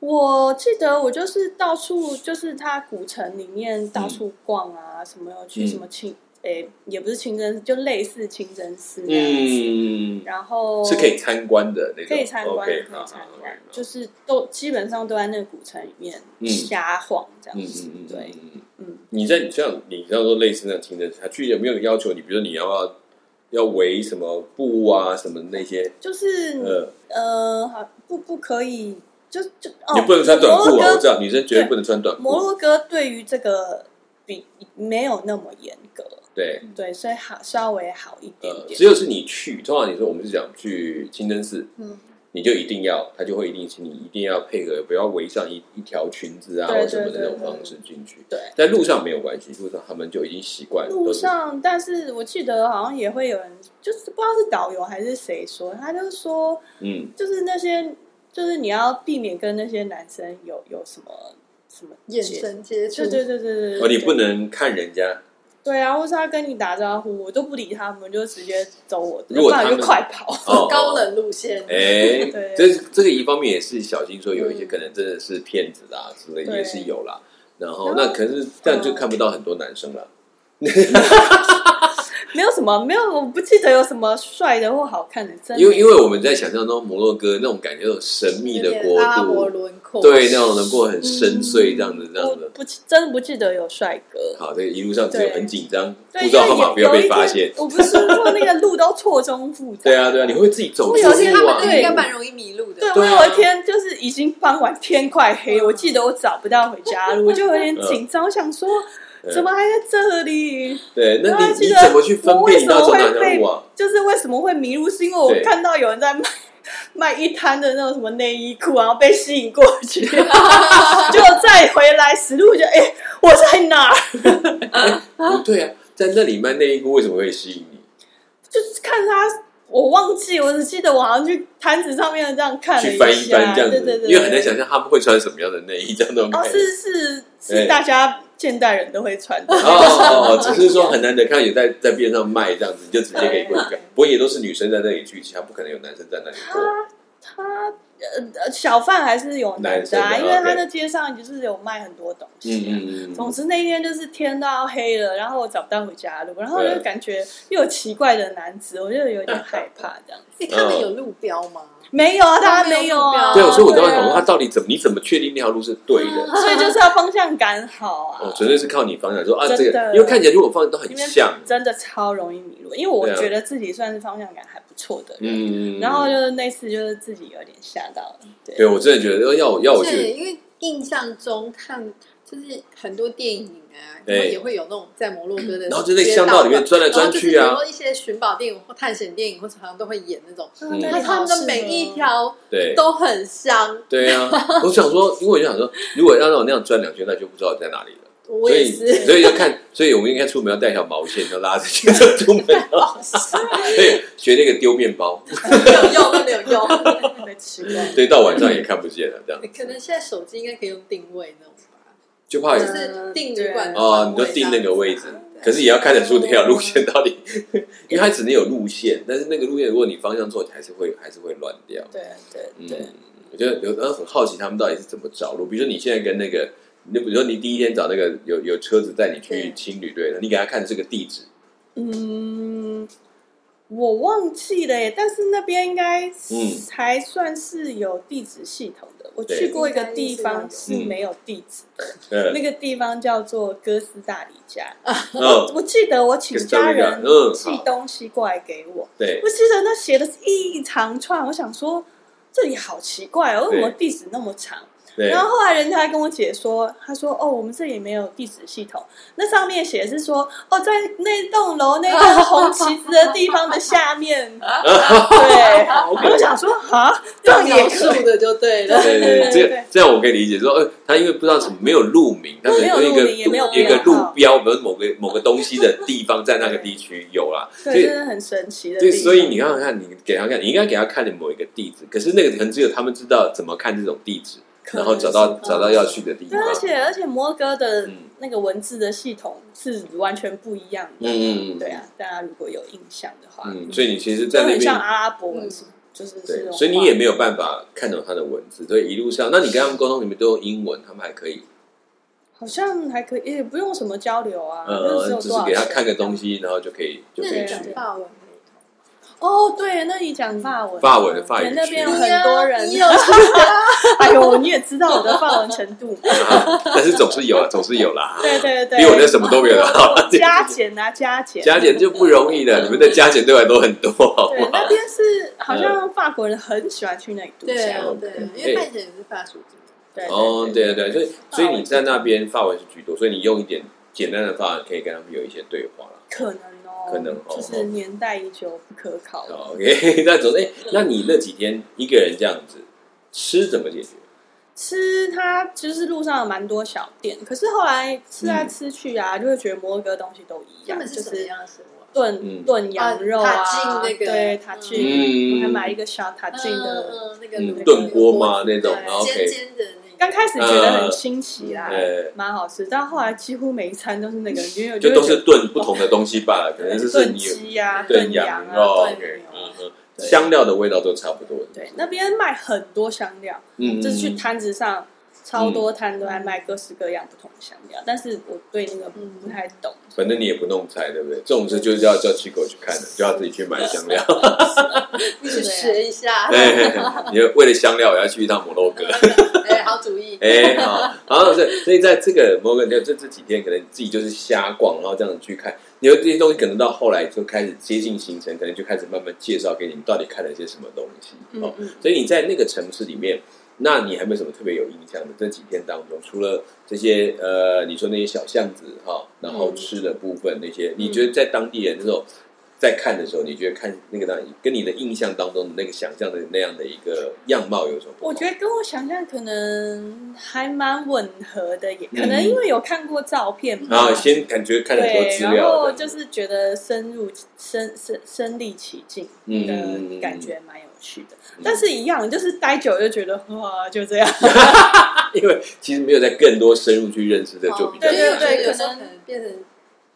[SPEAKER 3] 我记得我就是到处，就是它古城里面到处逛啊，什么有去
[SPEAKER 1] 嗯
[SPEAKER 3] 什么清，诶、也不是清真寺，就类似清真寺那样子。
[SPEAKER 1] 嗯，
[SPEAKER 3] 然后
[SPEAKER 1] 是可以参观的那种，
[SPEAKER 3] 可以参观
[SPEAKER 1] OK，
[SPEAKER 3] 可以参
[SPEAKER 1] 好好
[SPEAKER 3] 观
[SPEAKER 1] 好，
[SPEAKER 3] 就是都基本上都在那个古城里面
[SPEAKER 1] 嗯
[SPEAKER 3] 瞎晃这
[SPEAKER 1] 嗯
[SPEAKER 3] 样子。
[SPEAKER 1] 嗯嗯，
[SPEAKER 3] 对，
[SPEAKER 1] 嗯。嗯
[SPEAKER 3] 嗯，
[SPEAKER 1] 你在你像你这样说类似那种清真寺，他去有没有要求你？比如说你要不要要围什么布啊，什么那些？
[SPEAKER 3] 就是、
[SPEAKER 1] 呃，
[SPEAKER 3] 呃，好不不可以，就就哦，
[SPEAKER 1] 你不能穿短
[SPEAKER 3] 摩
[SPEAKER 1] 裤
[SPEAKER 3] 洛
[SPEAKER 1] 啊！
[SPEAKER 3] 哥
[SPEAKER 1] 我知道女生绝对不能穿短
[SPEAKER 3] 摩
[SPEAKER 1] 裤。
[SPEAKER 3] 洛哥对于这个比没有那么严格，
[SPEAKER 1] 对，
[SPEAKER 3] 对，所以好稍微好一点
[SPEAKER 1] 呃，
[SPEAKER 3] 点。
[SPEAKER 1] 只有是你去，通常你说我们是讲去清真寺，
[SPEAKER 2] 嗯，
[SPEAKER 1] 你就一定要，他就会一定请你一定要配合，不要围上一一条裙子啊
[SPEAKER 3] 对
[SPEAKER 1] 或什么
[SPEAKER 3] 对
[SPEAKER 1] 那种
[SPEAKER 3] 对对
[SPEAKER 1] 方式进去。
[SPEAKER 3] 对，
[SPEAKER 1] 在路上没有关系，路上他们就已经习惯了。
[SPEAKER 3] 路
[SPEAKER 1] 都是
[SPEAKER 3] 上，但是我记得好像也会有人，就是不知道是导游还是谁说，他就说，
[SPEAKER 1] 嗯，
[SPEAKER 3] 就是那些，就是你要避免跟那些男生有有什么什么
[SPEAKER 2] 眼
[SPEAKER 3] 接，
[SPEAKER 2] 神接触，
[SPEAKER 3] 对对对对对，
[SPEAKER 1] 哦，你
[SPEAKER 3] 对
[SPEAKER 1] 不能看人家。
[SPEAKER 3] 对啊，或是他跟你打招呼，我都不理他们，就直接走我的，
[SPEAKER 1] 如果
[SPEAKER 3] 不然
[SPEAKER 1] 他
[SPEAKER 3] 我
[SPEAKER 1] 们
[SPEAKER 3] 就快跑。
[SPEAKER 1] 哦，
[SPEAKER 2] 高冷路线，
[SPEAKER 1] 哎
[SPEAKER 3] 对，
[SPEAKER 1] 这这个一方面也是小心说有一些
[SPEAKER 2] 嗯
[SPEAKER 1] 可能真的是骗子啊之类
[SPEAKER 3] 对
[SPEAKER 1] 也是有啦。然后
[SPEAKER 3] 然后
[SPEAKER 1] 那可是这样就看不到很多男生了。
[SPEAKER 3] 没有什么，没有，我不记得有什么帅的或好看的，真的。
[SPEAKER 1] 因为因为我们在想象中摩洛哥那种感觉，那种神秘
[SPEAKER 2] 有
[SPEAKER 1] 的
[SPEAKER 2] 点
[SPEAKER 1] 国
[SPEAKER 2] 阿拉伯
[SPEAKER 1] 度，
[SPEAKER 2] 轮廓，
[SPEAKER 1] 对那种能够很深邃这样子这
[SPEAKER 3] 我
[SPEAKER 1] 样子。
[SPEAKER 3] 不记真的不记得有帅哥。
[SPEAKER 1] 好，这个一路上只有
[SPEAKER 3] 对
[SPEAKER 1] 很紧张，
[SPEAKER 3] 对，
[SPEAKER 1] 护照号码不要
[SPEAKER 3] 因为
[SPEAKER 1] 被
[SPEAKER 3] 有
[SPEAKER 1] 发现
[SPEAKER 3] 有一天。我不是说那个路都错综复杂。
[SPEAKER 1] 对啊，对啊，你会自己走
[SPEAKER 3] 我
[SPEAKER 1] 错
[SPEAKER 3] 有些
[SPEAKER 2] 他
[SPEAKER 1] 路
[SPEAKER 2] 们
[SPEAKER 1] 啊
[SPEAKER 2] 那。个应该蛮容易迷路的。
[SPEAKER 3] 对，
[SPEAKER 1] 对啊
[SPEAKER 3] 我有一天就是已经傍晚，天快黑，
[SPEAKER 2] 嗯
[SPEAKER 3] 我记得我找不到回 家路，我就有点紧张，我想说
[SPEAKER 1] 嗯
[SPEAKER 3] 怎么啊还在这里？
[SPEAKER 1] 对，那
[SPEAKER 3] 然后
[SPEAKER 1] 你
[SPEAKER 3] 记
[SPEAKER 1] 你
[SPEAKER 3] 得
[SPEAKER 1] 怎么去分
[SPEAKER 3] 我为
[SPEAKER 1] 辨你
[SPEAKER 3] 什
[SPEAKER 1] 到
[SPEAKER 3] 么
[SPEAKER 1] 走
[SPEAKER 3] 会
[SPEAKER 1] 哪条
[SPEAKER 3] 被
[SPEAKER 1] 路啊？
[SPEAKER 3] 就是为什么会迷路，是因为我
[SPEAKER 1] 对
[SPEAKER 3] 看到有人在卖 卖一摊的那种什么内衣裤，然后被吸引过 去，就再回来时路就哎、我在哪儿？
[SPEAKER 1] 不对啊，在那里卖内衣裤为什么会吸引你？
[SPEAKER 3] 就是看他。我忘记，我只记得我好像去摊子上面这样看了
[SPEAKER 1] 去
[SPEAKER 3] 一
[SPEAKER 1] 翻一
[SPEAKER 3] 下，
[SPEAKER 1] 翻这样
[SPEAKER 3] 对对
[SPEAKER 1] 子，
[SPEAKER 3] 对，
[SPEAKER 1] 因为很难想象他们会穿什么样的内衣，这样那种
[SPEAKER 3] 哦，
[SPEAKER 1] 感觉。
[SPEAKER 3] 是是
[SPEAKER 1] 对
[SPEAKER 3] 是，大家现代人都会穿的，
[SPEAKER 1] 哦，只是说很难得看有在在边上卖这样子，你就直接可以过去
[SPEAKER 3] 对啊
[SPEAKER 1] 看。不过也都是女生在那里聚集，他不可能有男生在那里
[SPEAKER 3] 啊
[SPEAKER 1] 过。
[SPEAKER 3] 他呃呃小贩还是有男的
[SPEAKER 1] 男生
[SPEAKER 3] 啊，
[SPEAKER 1] 的
[SPEAKER 3] 因为他
[SPEAKER 1] OK
[SPEAKER 3] 那街上就是有卖很多东西、啊。
[SPEAKER 1] 嗯嗯
[SPEAKER 3] 总
[SPEAKER 1] 嗯，
[SPEAKER 3] 之那一天就是天都要黑了，然后我找不到回家的路，然后我就感觉又有奇怪的男子，我就有点 害怕这样子。
[SPEAKER 2] 你看那哎有路标吗？
[SPEAKER 3] 没有啊，大家没有啊，
[SPEAKER 1] 对啊，
[SPEAKER 2] 哦
[SPEAKER 1] 所以我当
[SPEAKER 3] 对
[SPEAKER 1] 时想说，他
[SPEAKER 3] 啊
[SPEAKER 1] 到底怎么？你怎么确定那条路是对 的？
[SPEAKER 3] 所以就是要方向感好啊。
[SPEAKER 1] 哦，纯粹是靠你方向说啊，这
[SPEAKER 3] 真的
[SPEAKER 1] 个，因为看起来如果方向都很
[SPEAKER 3] 因为
[SPEAKER 1] 像，
[SPEAKER 3] 真的超容易迷路，因为我
[SPEAKER 1] 对啊
[SPEAKER 3] 觉得自己算是方向感还不错的人，
[SPEAKER 1] 嗯，
[SPEAKER 3] 然后就是那次就是自己有点吓到了，对
[SPEAKER 1] 对我真的觉得要我要我
[SPEAKER 2] 对，
[SPEAKER 1] 去，
[SPEAKER 2] 因为印象中看就是很多电影啊，
[SPEAKER 1] 对
[SPEAKER 2] 然后也会有那种在摩洛哥的，
[SPEAKER 1] 哎然后就在巷道里面钻来
[SPEAKER 2] 然后
[SPEAKER 1] 钻
[SPEAKER 2] 就是比
[SPEAKER 1] 去
[SPEAKER 2] 如
[SPEAKER 1] 啊，
[SPEAKER 2] 说一些寻宝电影或探险电影，或常常都会演那种，
[SPEAKER 1] 嗯
[SPEAKER 3] 那
[SPEAKER 2] 那
[SPEAKER 3] 你好
[SPEAKER 2] 他们的
[SPEAKER 3] 适
[SPEAKER 2] 每
[SPEAKER 3] 合
[SPEAKER 2] 一条
[SPEAKER 1] 对。
[SPEAKER 2] 都很香。
[SPEAKER 1] 对啊，我想说，因为我就想说，如果要让我那样转两圈，那就不知道我在哪里了。
[SPEAKER 2] 我
[SPEAKER 1] 所
[SPEAKER 2] 也
[SPEAKER 1] 以，
[SPEAKER 2] 是，
[SPEAKER 1] 所以要看，所以我们应该出门要带一条毛线，要拉着去出门。
[SPEAKER 3] 嗯
[SPEAKER 1] 对，学那个丢面包，
[SPEAKER 2] 没有用，那没有 用。
[SPEAKER 3] 被吃光。
[SPEAKER 1] 对，到晚上也看不见了，这样
[SPEAKER 2] 可能现在手机应该可以用定位那种吧，
[SPEAKER 1] 就怕有
[SPEAKER 2] 就。是定旅馆的啊
[SPEAKER 1] 哦，你
[SPEAKER 2] 方位
[SPEAKER 1] 就定那个位置
[SPEAKER 2] 这样子，
[SPEAKER 1] 可是也要看得出那条路线到底， 因为它只能有路线，但是那个路线如果你方向错，还是会还是会乱掉。
[SPEAKER 3] 对对
[SPEAKER 1] 嗯
[SPEAKER 3] 对，，
[SPEAKER 1] 我觉得有呃很好奇他们到底是怎么找路，比如说你现在跟那个，你比如说你第一天找那个有有车子带你去
[SPEAKER 2] 对
[SPEAKER 1] 青旅队的，你给他看这个地址，
[SPEAKER 3] 嗯，我忘记了耶，但是那边应该
[SPEAKER 1] 嗯
[SPEAKER 3] 还算是有地址系统的。我
[SPEAKER 1] 对
[SPEAKER 3] 去过一个地
[SPEAKER 2] 应
[SPEAKER 3] 方
[SPEAKER 2] 该是
[SPEAKER 1] 有
[SPEAKER 3] 是没有地址的，
[SPEAKER 1] 呃，
[SPEAKER 3] 那个地方叫做哥斯大黎加。
[SPEAKER 1] 嗯，
[SPEAKER 3] 我记得我请家人
[SPEAKER 1] 哥斯达黎加嗯
[SPEAKER 3] 寄东西过来给我，
[SPEAKER 1] 对，
[SPEAKER 3] 我记得那写的是一长串，我想说。这里好奇怪哦，为什么
[SPEAKER 1] 对
[SPEAKER 3] 地址那么长？
[SPEAKER 1] 对
[SPEAKER 3] 然后后来人家还跟我姐说，她说哦，我们这里没有地址系统，那上面写的是说哦，在那栋楼那个 红旗子的地方的下面，对。
[SPEAKER 1] 好
[SPEAKER 3] 我就想说啊，这
[SPEAKER 2] 用
[SPEAKER 3] 样
[SPEAKER 2] 描
[SPEAKER 3] 也可
[SPEAKER 2] 述
[SPEAKER 3] 以
[SPEAKER 2] 的就对了。
[SPEAKER 1] 对对， 这
[SPEAKER 3] 对对
[SPEAKER 1] 个这样我可以理解说，呃，他因为不知道什么没有路名，他可能
[SPEAKER 3] 没有
[SPEAKER 1] 一
[SPEAKER 3] 路
[SPEAKER 1] 个
[SPEAKER 3] 名也没有
[SPEAKER 1] 一个
[SPEAKER 3] 编
[SPEAKER 1] 路
[SPEAKER 3] 号
[SPEAKER 1] 标，比如某个某个东西的地方，在那个地区有 啦。所
[SPEAKER 3] 对，
[SPEAKER 1] 以
[SPEAKER 3] 真的很神奇的地
[SPEAKER 1] 对，
[SPEAKER 3] 方。
[SPEAKER 1] 所以你看看，你给他看，你应该给他看的某一个地址，可是那个可能只有他们知道怎么看这种地址，
[SPEAKER 3] 可
[SPEAKER 1] 然
[SPEAKER 3] 能
[SPEAKER 1] 后找到
[SPEAKER 3] 是嗯
[SPEAKER 1] 找到要去的地
[SPEAKER 3] 对，
[SPEAKER 1] 方。
[SPEAKER 3] 而且而且摩哥的
[SPEAKER 1] 嗯
[SPEAKER 3] 那个文字的系统是完全不一样
[SPEAKER 1] 嗯
[SPEAKER 3] 的。
[SPEAKER 1] 嗯嗯，
[SPEAKER 3] 对啊，大家如果有印象的话，
[SPEAKER 1] 嗯，所以你其实，
[SPEAKER 3] 就
[SPEAKER 1] 在那
[SPEAKER 3] 很像
[SPEAKER 1] 边。嗯
[SPEAKER 3] 阿拉伯文是，就是是
[SPEAKER 1] 对，
[SPEAKER 3] 那种
[SPEAKER 1] 所以你也
[SPEAKER 3] 话
[SPEAKER 1] 没有办法看懂他的文字，所以一路上，那你跟他们沟通，你们都用英文，他们还可以，
[SPEAKER 3] 好像还可以，也不用什么交流啊，
[SPEAKER 1] 呃，
[SPEAKER 3] 就
[SPEAKER 1] 只
[SPEAKER 3] 有多
[SPEAKER 1] 是
[SPEAKER 3] 少
[SPEAKER 1] 给他看个
[SPEAKER 3] 钱
[SPEAKER 1] 东西，然后就可以就
[SPEAKER 2] 那
[SPEAKER 1] 可
[SPEAKER 2] 你
[SPEAKER 1] 以
[SPEAKER 2] 讲
[SPEAKER 1] 去。
[SPEAKER 2] 法文，
[SPEAKER 3] 哦，对，那你讲法文，
[SPEAKER 1] 法文的法语区
[SPEAKER 3] 对那边有很多人
[SPEAKER 2] 你，有去
[SPEAKER 3] 哎呦，你也知道我的法文程度，
[SPEAKER 1] 啊 但是总是有啊，总是有啦。
[SPEAKER 3] 对对对，
[SPEAKER 1] 比我那什么都没有好。
[SPEAKER 3] 加减啊，加减，
[SPEAKER 1] 加减就不容易了，你们的加减对我来说很多，好不
[SPEAKER 3] 对，那
[SPEAKER 1] 好？
[SPEAKER 3] 边
[SPEAKER 1] 嗯
[SPEAKER 3] 是好像法国人很喜欢去那里度
[SPEAKER 2] 对
[SPEAKER 3] 假，
[SPEAKER 2] 啊，对啊，因为麦姐也是法属族，
[SPEAKER 3] 对，
[SPEAKER 1] 哦，对对对，所以所
[SPEAKER 3] 法
[SPEAKER 1] 以
[SPEAKER 3] 文
[SPEAKER 1] 你在那边法文是居多，所以你用一点简单的法文可以跟他们有一些对话了。
[SPEAKER 3] 可能哦，
[SPEAKER 1] 可能哦
[SPEAKER 3] 就是年代已久不可考了。
[SPEAKER 1] 好 OK，那 总之，哎，那你那几天一个人这样子吃怎么解决？
[SPEAKER 3] 吃它其实路上有蛮多小店，可是后来
[SPEAKER 1] 嗯
[SPEAKER 3] 吃来吃去啊，就会觉得摩洛哥东西都一
[SPEAKER 2] 他
[SPEAKER 3] 样，
[SPEAKER 2] 们
[SPEAKER 3] 就是
[SPEAKER 2] 什么
[SPEAKER 3] 是
[SPEAKER 2] 样的食物啊？
[SPEAKER 3] 炖
[SPEAKER 1] 嗯
[SPEAKER 3] 炖羊肉啊
[SPEAKER 2] 啊塔，吉那个
[SPEAKER 3] 对塔
[SPEAKER 1] 嗯
[SPEAKER 3] 吉，我还买一个小塔吉的。
[SPEAKER 2] 嗯，嗯那个
[SPEAKER 1] 嗯，
[SPEAKER 2] 卤
[SPEAKER 1] 炖锅吗？那种
[SPEAKER 2] 对
[SPEAKER 1] 然后
[SPEAKER 2] 尖
[SPEAKER 1] OK，
[SPEAKER 2] 尖的那个。
[SPEAKER 3] 刚开始觉得很新奇啦
[SPEAKER 1] 嗯，
[SPEAKER 3] 蛮好吃，但后来几乎每一餐都是那个，因为我
[SPEAKER 1] 就
[SPEAKER 3] 会
[SPEAKER 1] 都
[SPEAKER 3] 觉
[SPEAKER 1] 是
[SPEAKER 3] 得
[SPEAKER 1] 炖不同的东西罢了，可能就是
[SPEAKER 3] 炖
[SPEAKER 1] 你有
[SPEAKER 3] 鸡啊、
[SPEAKER 1] 炖
[SPEAKER 3] 羊
[SPEAKER 1] 羊
[SPEAKER 3] 啊、
[SPEAKER 1] 肉
[SPEAKER 3] 炖
[SPEAKER 1] ，OK，
[SPEAKER 3] 牛
[SPEAKER 1] 嗯
[SPEAKER 3] 啊。
[SPEAKER 1] 嗯，
[SPEAKER 3] 对
[SPEAKER 1] 香料的味道都差不多。
[SPEAKER 3] 对，那边卖很多香料，
[SPEAKER 1] 嗯，嗯
[SPEAKER 3] 就是去
[SPEAKER 1] 嗯
[SPEAKER 3] 摊子上，超多摊都在卖各式各样不同的香料，但是我对那个不太懂，
[SPEAKER 1] 反正你也不弄菜，对不对？这种事就是要叫七狗去看的，就要自己去买香 料。
[SPEAKER 2] 你去学一下，
[SPEAKER 1] 哎，你为了香料，我要去一趟摩洛哥。
[SPEAKER 2] 哎，好主意。
[SPEAKER 1] 哎，好，好，所以所以在这个摩洛哥，就这这几天，可能自己就是瞎逛，然后这样去看。你有这些东西，可能到后来就开始接近行程，可能就开始慢慢介绍给你们到底看了些什么东西。
[SPEAKER 3] 嗯
[SPEAKER 1] 哦，
[SPEAKER 3] 嗯。
[SPEAKER 1] 所以你在那个城市里面，那你还没有什么特别有印象的？这几天当中，除了这些呃，你说那些小巷子哈、然后
[SPEAKER 3] 嗯
[SPEAKER 1] 吃的部分那些，你觉得在当地人那种在看的时候，你觉得看那个当跟你的印象当中的那个想象的那样的一个样貌有什么不同？
[SPEAKER 3] 我觉得跟我想象可能还蛮吻合的，也
[SPEAKER 1] 嗯啊
[SPEAKER 3] 可能因为有看过照片
[SPEAKER 1] 然
[SPEAKER 3] 吧。
[SPEAKER 1] 后先感觉看了很多
[SPEAKER 3] 嗯对，
[SPEAKER 1] 资
[SPEAKER 3] 然
[SPEAKER 1] 料
[SPEAKER 3] 后
[SPEAKER 1] 这
[SPEAKER 3] 就
[SPEAKER 1] 样子，
[SPEAKER 3] 是觉得深入身身身临其境
[SPEAKER 1] 嗯
[SPEAKER 3] 的感觉蛮有趣的，
[SPEAKER 1] 嗯
[SPEAKER 3] 但是一样就是待久了就觉得哇 就这样，
[SPEAKER 1] 因为其实没有在更多深入去认识的，就比较
[SPEAKER 3] 哦对对
[SPEAKER 1] 难
[SPEAKER 3] 对
[SPEAKER 2] 有时候可能变成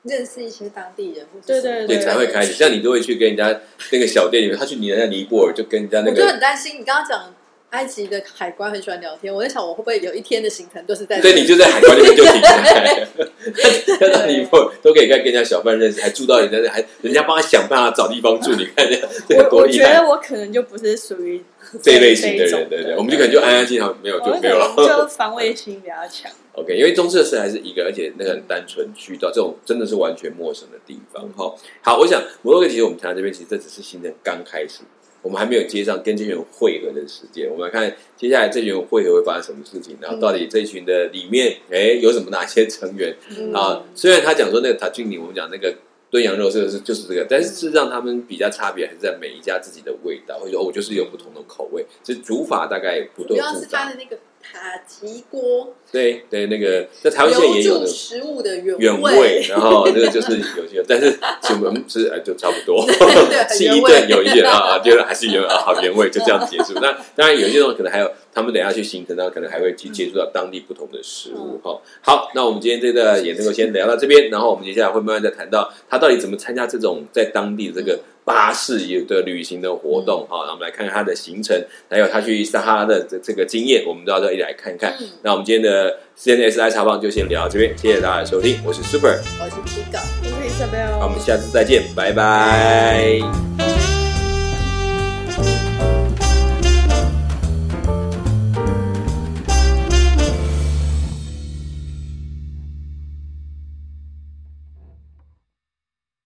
[SPEAKER 2] 认识一些当地人，或者
[SPEAKER 3] 对
[SPEAKER 2] 是
[SPEAKER 3] 对
[SPEAKER 1] 对才会开始。像你都会去跟人家那个小店里面，他去你人家尼泊尔就跟人家那
[SPEAKER 2] 我就
[SPEAKER 1] 个
[SPEAKER 2] 很担心，你刚刚讲埃及的海关很喜欢聊天，我在想我会不会有一天的行程都是在
[SPEAKER 1] 对，你就在海关那边就停下来，看到 你以后都可以跟跟人家小贩认识，还住到人家那，还人家帮他想办法找地方住，你看 人家这个
[SPEAKER 3] 我
[SPEAKER 1] 多
[SPEAKER 3] 我
[SPEAKER 1] 厉
[SPEAKER 3] 觉
[SPEAKER 1] 害！
[SPEAKER 3] 得我可能就不是属于
[SPEAKER 1] 这一类型的
[SPEAKER 3] 这
[SPEAKER 1] 人，
[SPEAKER 3] 一种
[SPEAKER 1] 对对，我们就可能就安安静静，没有
[SPEAKER 3] 我
[SPEAKER 1] 就
[SPEAKER 3] 可
[SPEAKER 1] 没有
[SPEAKER 3] 能
[SPEAKER 1] 了。
[SPEAKER 3] 就防卫心比较强。
[SPEAKER 1] OK，因为中社市还是一个，而且那个很单纯去到这种真的是完全陌生的地方。
[SPEAKER 2] 嗯
[SPEAKER 1] 哈，好，我想摩洛哥其实我们谈到这边，其实这只是行程刚开始，我们还没有接上跟这群人汇合的时间。我们来看接下来这群人汇合会发生什么事情，然后到底这群的里面，哎，有什么哪些成员？
[SPEAKER 2] 嗯
[SPEAKER 1] 啊，虽然他讲说那个塔俊尼，我们讲那个炖羊肉这个是就是这个，但是事实上他们比较差别还是在每一家自己的味道，或者说哦我就是有不同的口味，这煮法大概不
[SPEAKER 2] 主
[SPEAKER 1] 都
[SPEAKER 2] 要
[SPEAKER 1] 是
[SPEAKER 2] 是它的那个塔吉锅
[SPEAKER 1] 对对，那个在台湾现在
[SPEAKER 2] 留
[SPEAKER 1] 也有
[SPEAKER 2] 住
[SPEAKER 1] 的
[SPEAKER 2] 食物的原
[SPEAKER 1] 原味，然后那个就是有些，但是其实我们吃哎就差不 多，
[SPEAKER 2] 对
[SPEAKER 1] 吃一
[SPEAKER 2] 原味
[SPEAKER 1] 顿有一点啊啊，第二顿还是原味啊好原味就这样结束。那当然有些东西可能还有他们等一下去行程，然后可能还会去接触到当地不同的食物哈。好，那我们今天这个也能够先聊到这边，然后我们接下来会慢慢再谈到他到底怎么参加这种在当地这个。巴士有的旅行的活动哈，那我们来看看他的行程，还有他去撒哈拉的这这个经验，我们都要再一起来看看。
[SPEAKER 2] 嗯
[SPEAKER 1] 那我们今天的 CNSI 茶坊就先聊到这边，谢谢大家的收听，我是 Super，
[SPEAKER 2] 我是 Chico。
[SPEAKER 3] 我是 i s a b
[SPEAKER 1] 那我们下次再见，拜拜。
[SPEAKER 3] 拜。